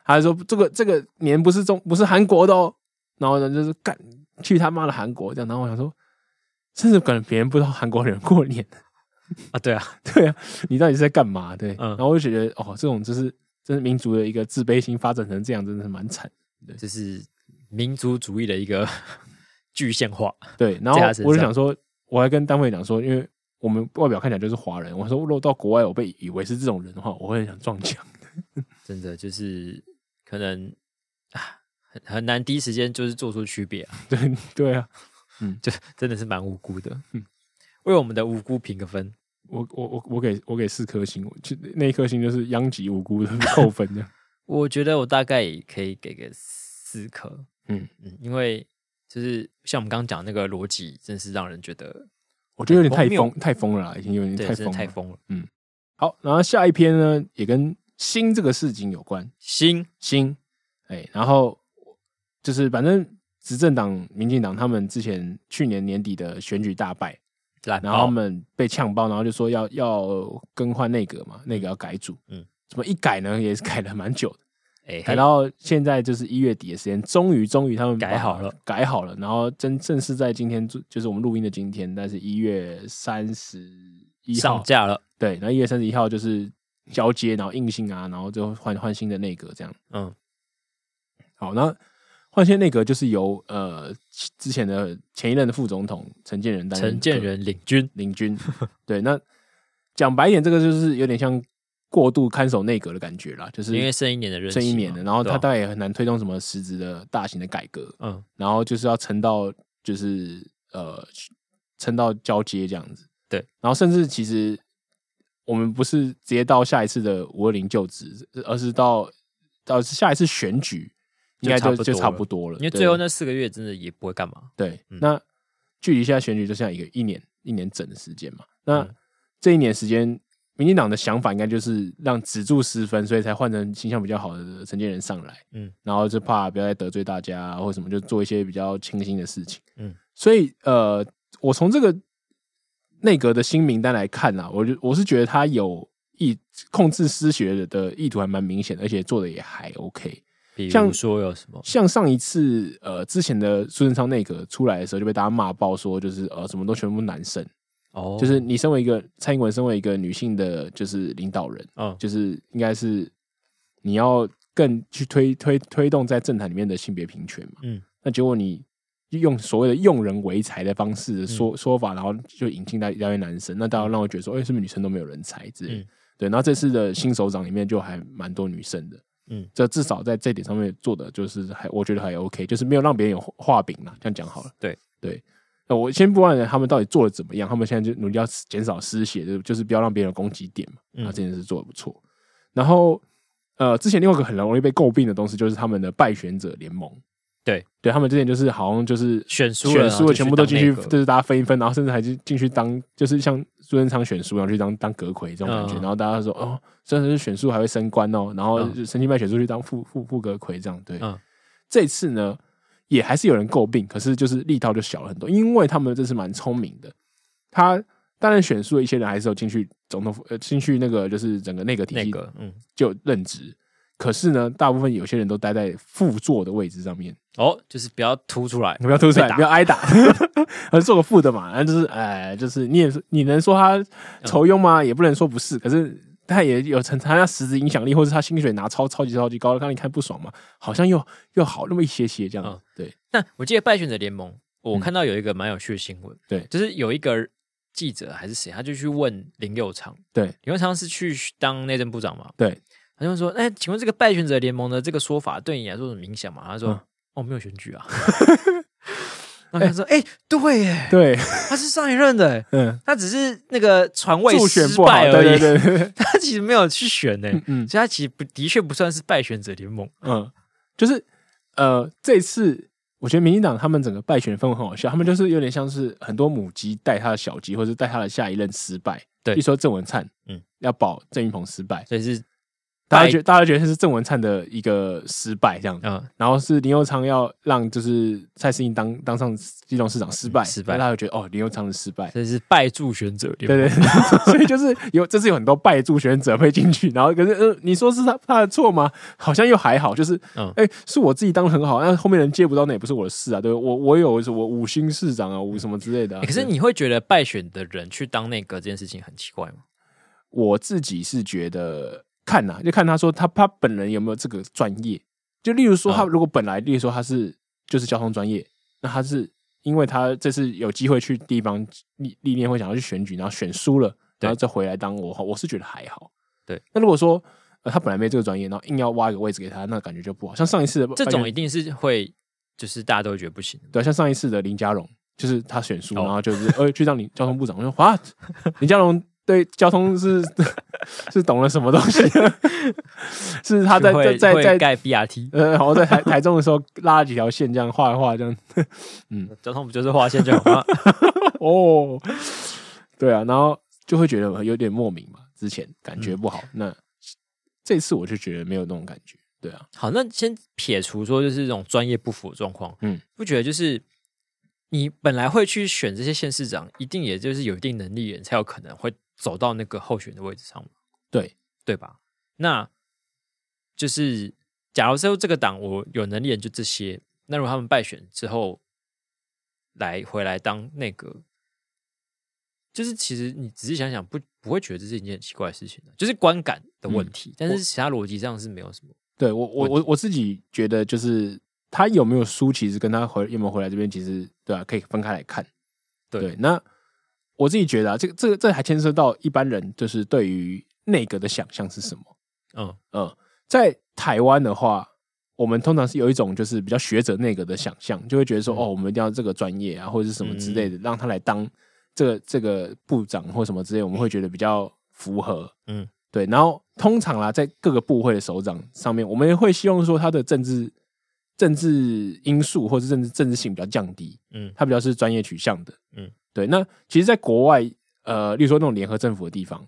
他还说这个这个年不是中不是韩国的哦，然后呢就是干去他妈的韩国这样，然后我想说，甚至可能别人不知道韩国人过年，
啊，对啊，
对啊，你到底是在干嘛？对，
嗯
然后我就觉得哦，这种就是真是民族的一个自卑心发展成这样，真的是蛮惨。
这是民族主义的一个 具现化。
对，然后
在他身
我就
上
想说，我还跟单位讲说，因为我们外表看起来就是华人，我说如果到国外我被以为是这种人的话，我会很想撞墙。
真的就是可能啊，很很难第一时间就是做出区别啊，
对对啊，
就真的是蛮无辜的。
嗯
为我们的无辜评个分，
我我我我给我给四颗星，我就那一颗星就是殃及无辜的扣分这样。
我觉得我大概也可以给个四颗。
嗯
嗯，因为就是像我们刚刚讲的那个逻辑，真是让人觉得
我觉得有点太
荒
疯，太疯了啦，已经有点
对，
太
真的
疯
太
了。
疯了。
好，然后下一篇呢，也跟心这个事情有关。
心
心，哎，然后就是反正执政党、民进党他们之前去年年底的选举大败，
懒
然后他
包，
们被呛爆，然后就说要要更换内阁嘛，内阁要改组，嗯
嗯，
怎么一改呢， 也是改了蛮久的。
哎，
改到现在就是一月底的时间，终于终于他们把
改好了，
改好了，然后真正式在今天就就是我们录音的今天，但是一月三十一号
上架了。
对，然后一月三十一号就是交接，然后硬性啊，然后就换换新的内阁这样。
嗯，
好，那换新的内阁就是由呃之前的前一任的副总统陈建仁担任
陈建仁领军，
领军。对，那讲白一点，这个就是有点像过度看守内阁的感觉啦，就是
因为剩一年的任期
剩
嘛，
一年了，然后
对
他
吧
大概也很难推动什么实质的大型的改革，
嗯
然后就是要撑到就是呃撑到交接这样子。
对，
然后甚至其实我们不是直接到下一次的五二零就职，而是到到下一次选举，
就
应该
差
就
不多
就差
了
不多了，
因为
对
最后那四个月真的也不会干嘛。
对，
嗯
那距离现在选举就像一个一年一年整的时间嘛。那、
嗯
这一年时间，民进党的想法应该就是让止住失分，所以才换成形象比较好的陈建仁上来。
嗯，
然后就怕不要再得罪大家、啊或什么，就做一些比较清新的事情。
嗯，
所以呃，我从这个内阁的新名单来看啊，我就我是觉得他有意控制失学的意图还蛮明显的，而且做的也还 OK。
比
像
如说有什么
像上一次呃之前的苏贞昌内阁出来的时候，就被大家骂爆，说就是呃什么都全部男生，
哦，
就是你身为一个蔡英文，身为一个女性的，就是领导人，
嗯
就是应该是你要更去推推推动在政坛里面的性别平权嘛。
嗯，
那结果你用所谓的用人唯才的方式的说、
嗯
说法，然后就引进到一大堆男生，那当然让我觉得说，哎、是不是女生都没有人才之类的？
嗯
对，然后这次的新首长里面就还蛮多女生的。
嗯，
这至少在这点上面做的就是还我觉得还 OK，就是没有让别人有画饼啦，这样讲好了。
对
对，那我先不管他们到底做的怎么样，他们现在就努力要减少失血，就就是不要让别人有攻击点嘛。
嗯
啊，这件事做的不错。然后呃，之前另外一个很容易被诟病的东西就是他们的败选者联盟。
对，
对他们之前就是好像就是
选输了
选输了全部都进去，
啊然后就去当内阁
就是大家分一分，然后甚至还进进去当，就是像苏贞昌选书，然后去当当阁魁这种感觉。
嗯
然后大家说哦，甚至是选书还会升官哦，然后
嗯
申请派选书去当副副副阁魁这样。对，
嗯
这次呢也还是有人诟病，可是就是力道就小了很多，因为他们这次蛮聪明的。他当然选书的一些人还是有进去总统府呃进去那个就是整个内阁体
那
系
个嗯
就任职，可是呢，大部分有些人都待在副座的位置上面，
哦，就是不要凸出来
你，不要吐出
被
来，
打
不要挨打， 而做个副的嘛，然后就是哎、就是你也是你能说
嗯
他仇庸吗？也不能说不是，可是他也有成他实质影响力，或是他薪水拿超超级超级高，让你看不爽嘛，好像又又好那么一些些这样子，
嗯
对，
但我记得败选者联盟，我
嗯
看到有一个蛮有趣的新闻，
对
就是有一个记者还是谁，他就去问林佑昌，
对
林佑昌是去当内政部长嘛，
对，
他就说，哎、请问这个败选者联盟的这个说法对你来说有什么影响吗？他说，
嗯
哦，没有选 举啊。然后他说，哎、对耶，
对，
他是上一任的耶，
嗯，
他只是那个传位
助选
失
不好，
败而已，
对对对对，
他其实没有去选呢，
嗯嗯。
所以他其实不的确不算是败选者联盟，
嗯，就是呃，这一次我觉得民进党他们整个败选氛围很好笑，他们就是有点像是很多母鸡带他的小鸡，或者带他的下一任失败。
对
一说郑文灿，
嗯
嗯，要保郑云鹏失败，
所以是
大
败
家觉大家觉得是郑文灿的一个失败这样子。
嗯
然后是林佑昌要让就是蔡世英当当上基隆市长失败，
失败
那大家就觉得哦林佑昌的失败，
这是败助选者联
对
盟，
对， 所以就是有，这是有很多败助选者会进去，然后可是呃，你说是他他的错吗？好像又还好，就是
嗯
哎、是我自己当的很好，那后面人接不到那也不是我的事啊，对我我有我五星市长啊，五什么之类的啊、
欸可是
对
你会觉得败选的人去当内阁这件事情很奇怪吗？
我自己是觉得看呐、就看他说他他本人有没有这个专业，就例如说他
嗯
如果本来例如说他是就是交通专业，那他是因为他这次有机会去地方历历练会想要去选举，然后选输了，
对
然后再回来当我我是觉得还好。
对，
那如果说、呃他本来没这个专业，然后硬要挖一个位置给他，那感觉就不好。像上一次的
这
拜
种
登
一定是会，就是大家都会觉得不行。
对，啊像上一次的林佳龙，就是他选输，
哦
然后就是呃去当你交通部长，我说哇，林佳龙对交通是 是懂了什么东西？ 是他在
就会
在
会
在在
盖 BRT，
呃，然后在台台中的时候拉了几条线，这样画一画，这样
交通不就是划线就好 吗？
哦，对啊，然后就会觉得有点莫名嘛，之前感
嗯
觉不好，那这次我就觉得没有那种感觉，对啊，
好，那先撇除说就是这种专业不符的状况，嗯
嗯，
不觉得就是你本来会去选这些县市长，一定也就是有一定能力的人才有可能会走到那个候选的位置上嘛，
对，
对吧？那就是假如说这个党我有能力的人就这些，那如果他们败选之后来回来当内阁。就是其实你仔细想想不，不会觉得这是一件很奇怪的事情的，就是观感的问
嗯
题，但是其他逻辑上是没有什么。
对我我我我自己觉得就是他有没有输，其实跟他回有没有回来这边，其实对啊，可以分开来看。
对
那我自己觉得啊，这个这个这还牵涉到一般人就是对于内阁的想象是什么。
嗯，
嗯，在台湾的话，我们通常是有一种就是比较学者内阁的想象，就会觉得说、
嗯
哦，我们一定要这个专业啊，或者是什么之类的，让他来当这个这个部长或什么之类，我们会觉得比较符合。
嗯
嗯，对。然后通常啦，在各个部会的首长上面，我们也会希望说他的政治政治因素或者政治政治性比较降低。
嗯
嗯，他比较是专业取向的。
嗯
嗯，对。那其实，在国外，呃，例如说那种联合政府的地方，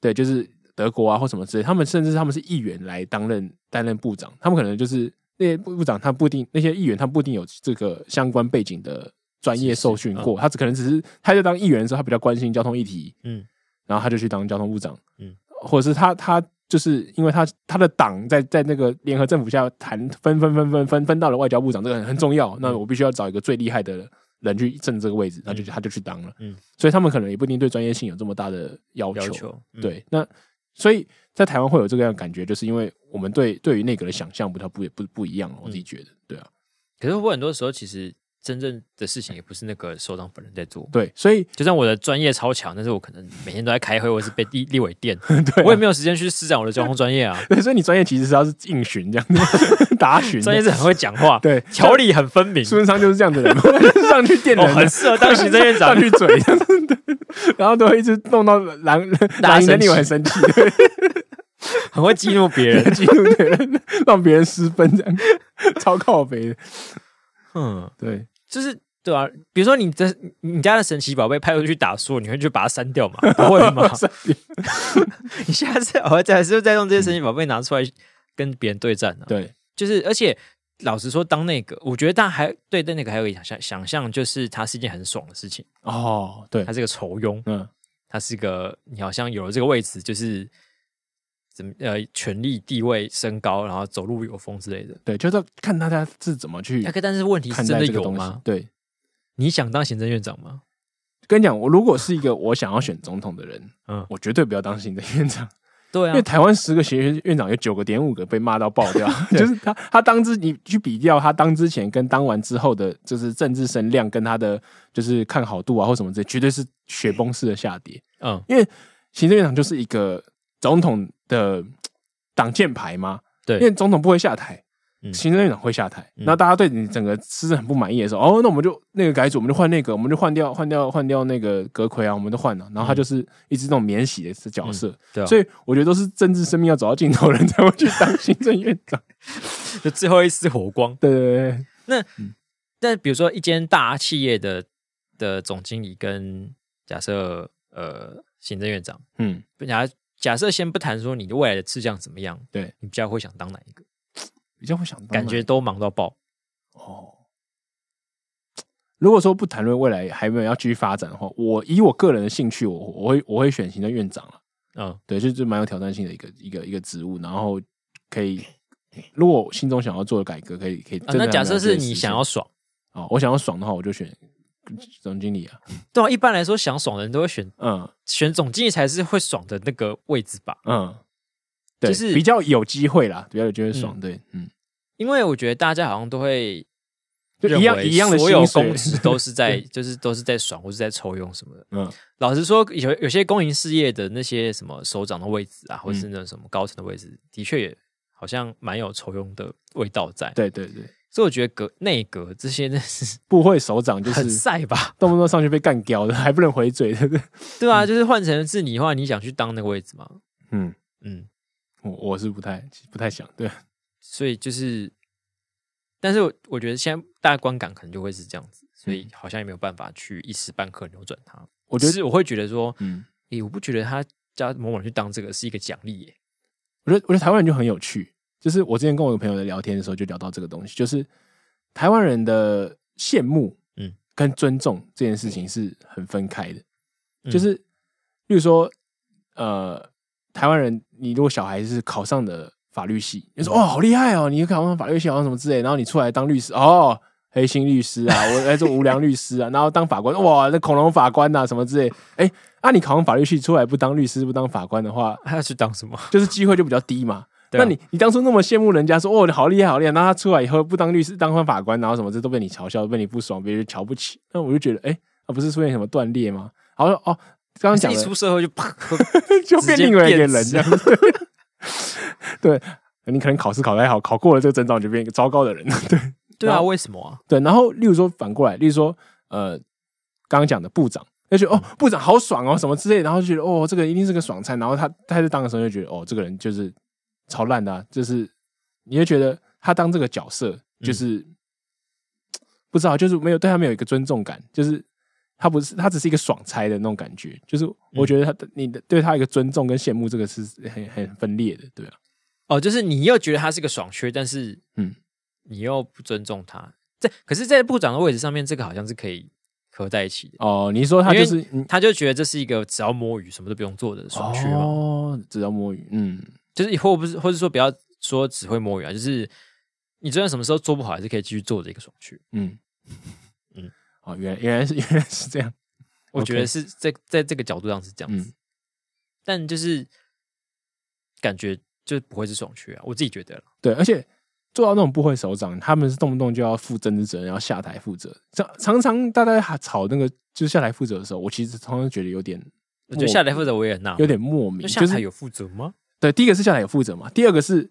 对，就是德国啊或什么之类，他们甚至他们是议员来担任担任部长，他们可能就是那些部部长，他不一定那些议员他不一定有这个相关背景的专业受训过，他只可能只是他在当议员的时候，他比较关心交通议题，
嗯，
然后他就去当交通部长，
嗯，
或者是他他。就是因为他他的党在在那个联合政府下谈分分分分分分到了外交部长，这个很很重
嗯
要。那我必须要找一个最厉害的人去挣这个位置，那就他就去当了。
嗯，
所以他们可能也不一定对专业性有这么大的要
要
求。
求，嗯，
对，那所以在台湾会有这个样的感觉，就是因为我们对对于内阁的想象不太不不不一样了，
嗯
我自己觉得，对啊，
可是我很多时候其实真正的事情也不是那个首长本人在做，
对，所 以
就算我的专业超强，但是我可能每天都在开会，或是被立立委电，
对啊。
我也没有时间去施展我的交通专业啊
对， 所以你专业其实是要是应询这样子， 答询，
专业是很会讲话，
对
条理很分明，
苏贞昌就是这样的人 嘛，就是上去电
哦，
人的
很。适合当行政院长
上。去嘴 这样子，对然后都会一直弄到蓝
大家
蓝营的
生气
立委很生气， 对
很会激怒别人。
激怒别人，让别人失分，这样超靠北的。
嗯，
对，
就是对啊，比如说你的你家的神奇宝贝派出去打输，你会去把它删 掉吗？不会吗？你下次我再是不是再用这些神奇宝贝拿出来跟别人对战呢、
对，
就是而且老实说，当那个我觉得大家还对对那个还有一个想象想象，就是它是一件很爽的事情，
哦，对
它，是个酬庸，
嗯，
它是个你好像有了这个位置，就是怎么呃权力地位升高，然后走路有风之类的。
对，就是要看大家是怎么去
那个但是问题是
看
真的
待这个
有
东西
吗。？
对，
你想当行政院长吗？
跟你讲，我如果是一个我想要选总统的人，
嗯
我绝对不要当行政院长，
对
因
啊
为，台湾十个行政院长有九个点五个被骂到爆 掉， 就是他他当之你去比较他当之前跟当完之后的，就是政治声量跟他的就是看好度啊或什么之类，绝对是雪崩式的下跌。
嗯，
行政院长就是一个总统的嘖挡箭牌嘛，
对
因为总统不会下台。
嗯
行政院长会下台，
嗯
那、大家对你整个施政很不满意的时候，哦，那我们就那个改组，我们就换那个，我们就换掉，换掉，换掉那个阁魁啊，我们都换了。
嗯
然后他就是一直那种免洗的角色，
对啊，
所以我觉得都是政治生命要走到尽头的人才会去当行政院 长。
就最后一丝火光。
对对对对，嗯
那比如说一间大企业的的总经理跟假设呃行政院长，
嗯，
假假设先不谈说你的未来的志向怎么样，
对
你比较会想当哪一个？
比较会想当啊
感觉都忙到爆，
哦。如果说不谈论未来还没有要继续发展的话，我以我个人的兴趣，我我会我会选行政院长了。
嗯
对，就是蛮有挑战性的一个一个一个职务，然后 可以，如果我心中想要做的改革，可以可以
啊
真的
那
让
假
它
设
真
是
的
你
实
想
现
要爽，
哦，我想要爽的话，我就选总经理啊。
对啊，一般来说想爽的人都会选
嗯
选总经理才是会爽的那个位置吧，
嗯，对，
就是
比较有机会啦，比较有机会爽。对，嗯，
因为我觉得大家好像都会
就一
认
样
为
一样的
所有
薪
公
水。
职都是 在就是都是在爽或是在抽佣什么的。
嗯
老实说，有有些公营事业的那些什么首长的位置啊，或是那种什么高层的位置，的确也好像蛮有酬庸的味道在。，
对对对，
所以我觉得阁内阁这些真是
部会首长就
很
是
晒吧？
动不动上去被干掉的，还不能回嘴，对不对？
对啊，就是换成是你的话，你想去当那个位置吗？
嗯，
嗯，
我我是不太不太想，对，
所以就是，但是我我觉得现在大家观感可能就会是这样子，所以好像也没有办法去一时半刻扭转它。
嗯我
我
觉得，
是我会觉得说，
嗯，
诶、我不觉得他叫某某人去当这个是一个奖励耶。
我觉得我觉得台湾人就很有趣，就是我之前跟我一个朋友在聊天的时候就聊到这个东西，就是台湾人的羡慕，
嗯
嗯，跟尊重这件事情是很分开的，
嗯
就是例如说，呃，台湾人你如果小孩是考上的法律系，你说哦好厉害哦，你考上法律系，好像什么之类，然后你出来当律师哦。黑心律师啊，我来做无良律师啊，然后当法官，哇，那恐龙法官呐、啊，什么之类，哎、那、你考上法律系出来不当律师不当法官的话，
他要去当什么？
就是机会就比较低嘛。
对啊
那你你当初那么羡慕人家说哦你好厉害好厉害，那他出来以后不当律师当上法官，然后什么这都被你嘲笑，被你不爽，别人瞧不起。那我就觉得，哎、啊不是出现什么断裂吗？然后哦，刚刚讲
一
的
出社会就 啪，
就
直
变
接
另外一个
变
人
质
这样子。 对，你可能考试考得还好，考过了这个证照你就变一个糟糕的人。 对
对
然
啊，
后
为什么啊？
对，然后例如说反过来，例如说呃，刚刚讲的部长。就觉得哦，部长好爽哦，什么之类的，然后就觉得哦，这个一定是个爽菜。然后他他在当的时候就觉得哦，这个人就是超烂的、啊，就是你会觉得他当这个角色就是、不知道，就是没有对他没有一个尊重感，就是他不是他只是一个爽差的那种感觉。就是我觉得他、你的对他一个尊重跟羡慕，这个是很很分裂的，对啊，
哦，就是你又觉得他是个爽缺，但是嗯
嗯，
你又不尊重他。这可是，在部长的位置上面，这个好像是可以合在一起的。
哦，你说
因
他就
为
是嗯
他就觉得这是一个只要摸鱼，什么都不用做的爽缺嘛，
哦，只要摸鱼，嗯，
就是或不是，或是说不要说只会摸鱼啊，就是你就算什么时候做不好，还是可以继续做的一个爽缺。
嗯，
嗯
嗯，哦，原来原来是 原来是这样，
我觉得
OK
是在在这个角度上是这样子，
嗯
但就是感觉就不会是爽缺啊，我自己觉得啦。
对，而且做到那种部会首长，他们是动不动就要负政治责任，要下台负责。常常常大家吵那个就是下台负责的时候，我其实常常觉得有点
我觉得下台负责我也很纳闷，
有点莫名，
就下
就
台
是
有负责吗？
对，第一个是下台有负责嘛，第二个是。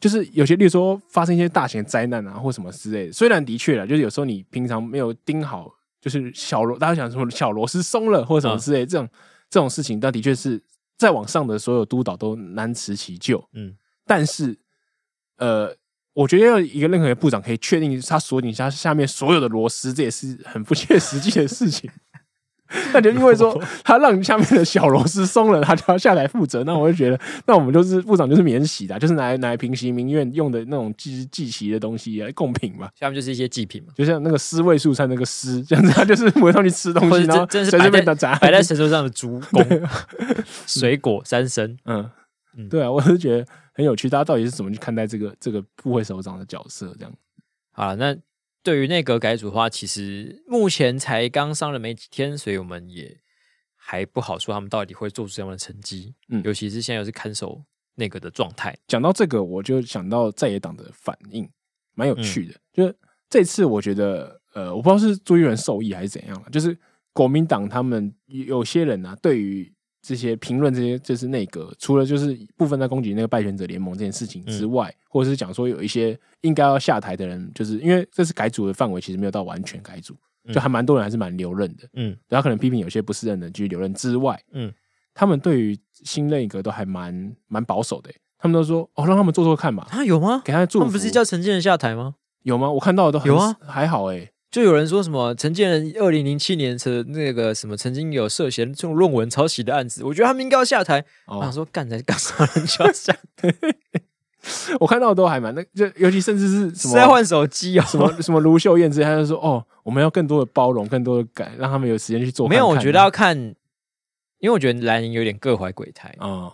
就是有些，例如说发生一些大型灾难啊，或什么之类的。虽然的确啦，就是有时候你平常没有盯好，就是小螺，大家想说小螺丝松了或什么之类的这种这种事情，但的确是再往上的所有督导都难辞其咎。
嗯，
但是，呃，我觉得要一个任何一个部长可以确定他锁紧下下面所有的螺丝，这也是很不切实际的事情。 那就因为说他让下面的小螺丝松了，他就要下来负责。那我就觉得，那我们就是部长就是免洗的啊、就是拿来拿来平息民怨用的那种祭祭旗的东西来贡品嘛。
下面就是一些祭品 嘛，
就像那个尸位素餐那个尸，这样子，他啊就是不会让你吃东
或
西，
者
然后
真真
随
是摆
便
在
的砸。
摆在神桌上的竹弓、水果、三牲，
嗯，
嗯
对啊，我是觉得很有趣，大家到底是怎么去看待这个这个部会首长的角色？这样，
好了，那对于内阁改组的话，其实目前才刚上任没几天，所以我们也还不好说他们到底会做出什么样的成绩。
嗯
尤其是现在又是看守内阁的状态，
讲到这个，我就想到在野党的反应，蛮
嗯
有趣的。就是这次我觉得，呃，我不知道是朱一伦受益还是怎样了，就是国民党他们有些人啊，对于这些评论这些就是内阁，除了就是部分在攻击那个败选者联盟这件事情之
嗯
外，或者是讲说有一些应该要下台的人，就是因为这次改组的范围其实没有到完全改组，就还蛮多人还是蛮留任的。
嗯
然后可能批评有些不是任的继续留任之外，
嗯，
他们对于新内阁都还蛮蛮保守的欸、他们都说哦，让他们做做看嘛，
啊有吗？
给他
他
做。
们不是叫陈建仁下台吗？
有吗？我看到的都很
有啊，
还好哎、
就有人说什么陈建仁二零零七年的那个什么曾经有涉嫌这种论文抄袭的案子，我觉得他们应该要下台。我想
哦，
说干才干啥人就要 下，
我看到的都还蛮那，就尤其甚至是
是
什
在
么
换手机哦。
什么什么卢秀燕之类，他就说哦，我们要更多的包容，更多的改，让他们有时间去做
没有，
看
我
看啊
觉得要看，因为我觉得兰宁有点各怀鬼胎。
啊、哦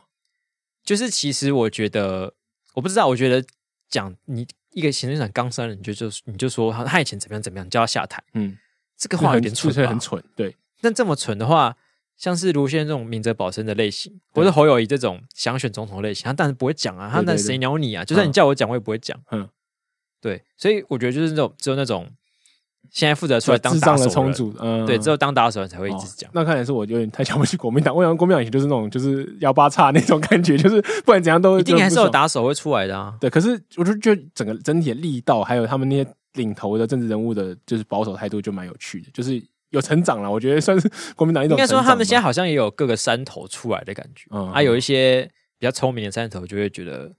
就是其实我觉得，我不知道，我觉得讲你一个行政长刚上任，你就就你就说他他以前怎么样怎么样，你就要下台，
嗯，
这个话有点
就
蠢
很就是
吧
很？蠢，对，
但这么蠢的话，像是卢先生这种明哲保身的类型，或者侯友谊这种想选总统类型，他当然不会讲啊，他
对
那
对对
谁鸟你啊？就算你叫我讲，我也不会讲。
嗯，
对，所以我觉得就是那种只有那种现在负责出来当
智
打
障的
手
冲
人，
突，嗯，
对，只有当打手人才会一
哦
直讲。
那看来是我有点太瞧不起国民党，我想国民党以前就是那种就是幺八叉那种感觉， 就是不然怎样都
一定还是有
打。
打手会出来的啊，
对，可是我就觉得整个整体的力道，还有他们那些领头的政治人物的，就是保守态度，就蛮有趣的，就是有成长了。我觉得算是 国民党一
应
种成长吧。
该说他们现在好像也有各个山头出来的感觉，
嗯
啊，有一些比较聪明的山头就会觉得，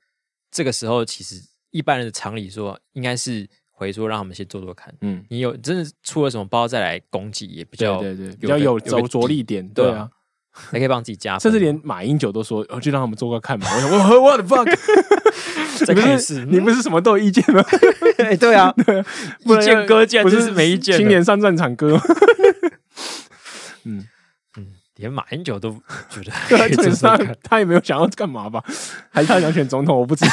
这个时候其实一般人的常理说应该是回说让他们先做做看，
嗯，
你有真的出了什么包再来攻击也比
对
较
对对，比较有着着，力点，
对
对
啊
啊，
个还可以帮自己加分，
甚 至连马英九都说，哦，就让他们做个看嘛。我想，我我的 fuck，
再
你
看一
不
次
是，你不是什么都有意见吗？
哎对啊， 嗯 意
不然
见哥竟然
不
真
是
是没意见了，
青年上战场歌，
连马英九都觉得
对 啊
可以
重
做
点是
做
他
看，
他也没有想要干嘛吧？还是他想选总统？我不 知道。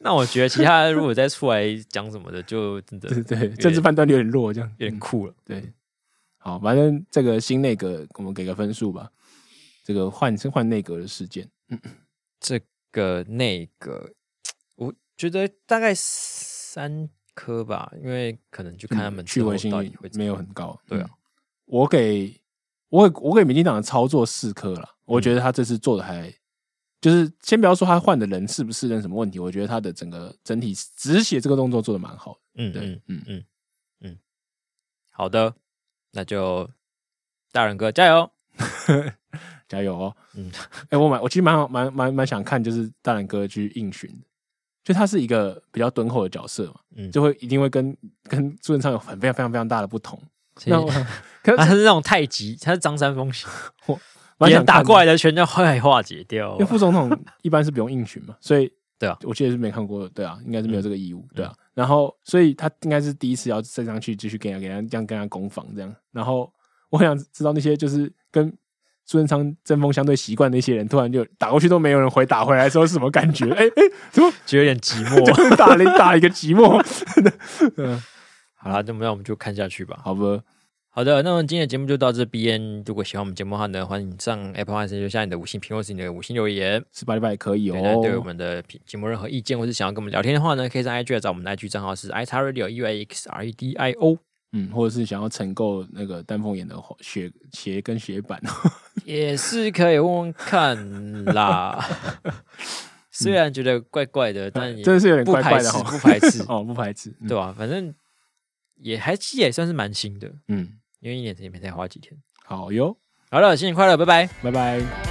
那我觉得其他如果再出来讲什么的，就真 的
对对，政治判断力有点弱，这样嗯
有点酷了。
对，好，反正这个新内阁我们给个分数吧。这个换换内阁的事件，
这个那个，我觉得大概三颗吧，因为可能就看他们
嗯趣
之后
味性
到底会怎
没
么
有
样
很高。
对啊
嗯，我给我给我给民进党的操作四颗了，
嗯
我觉得他这次做的还。就是先不要说他换的人是不是任什么问题，我觉得他的整个整体止血这个动作做的蛮好
嗯
的。对，
嗯，
嗯，
好的，那就大人哥加油。
加油哦！
嗯，
哎、我蛮我其实蛮好蛮蛮蛮想看，就是大然哥去应询的，就他是一个比较敦厚的角色嘛，
嗯
就会一定会跟跟朱元璋有很非常非常非常大的不同。
其实
那我 可
他
是
是那种太极，他是张三丰型，别
蛮想
人打过来
来，
的全都快化解掉
因为。副总统一般是不用应询嘛，所以
对啊嗯
我记得是没看过，对啊，应该是没有这个义务，对啊。然后，所以他应该是第一次要站上去继续跟人家给人家这样跟人家攻防这样。然后，我想知道那些就是跟朱元璋针锋相对习惯的一些人，突然就打过去都没有人回，打回来的时候是什么感觉？哎哎，怎么
觉得有点寂寞。
就打了一打一个 寂寞？
好啦，那么让我们就看下去吧。
好吧，
好的，那么今天的节目就到这边。如果喜欢我们节目的话呢，欢迎上 Apple Podcast 留下你的五星评论，是你的五星留言。
十八礼拜可以
对，那对我
哦。
们的频节目任何意见，或是想要跟我们聊天的话呢，可以上 IG 来找我们的 IG 账号是 i x radio u i x r e d i o。
嗯，或者是想要成购那个丹凤眼的雪鞋跟雪板，
也是可以问问看 啦。虽然觉得怪怪的，但也
真的是有点
不
怪
排
怪的
斥，
哈。，
不排斥
哦，不排斥，嗯
对吧、反正也还其实也算是蛮新的，
嗯，
因为一年也没才花几天。
好哟，
好了，新年快乐，拜拜。
拜拜。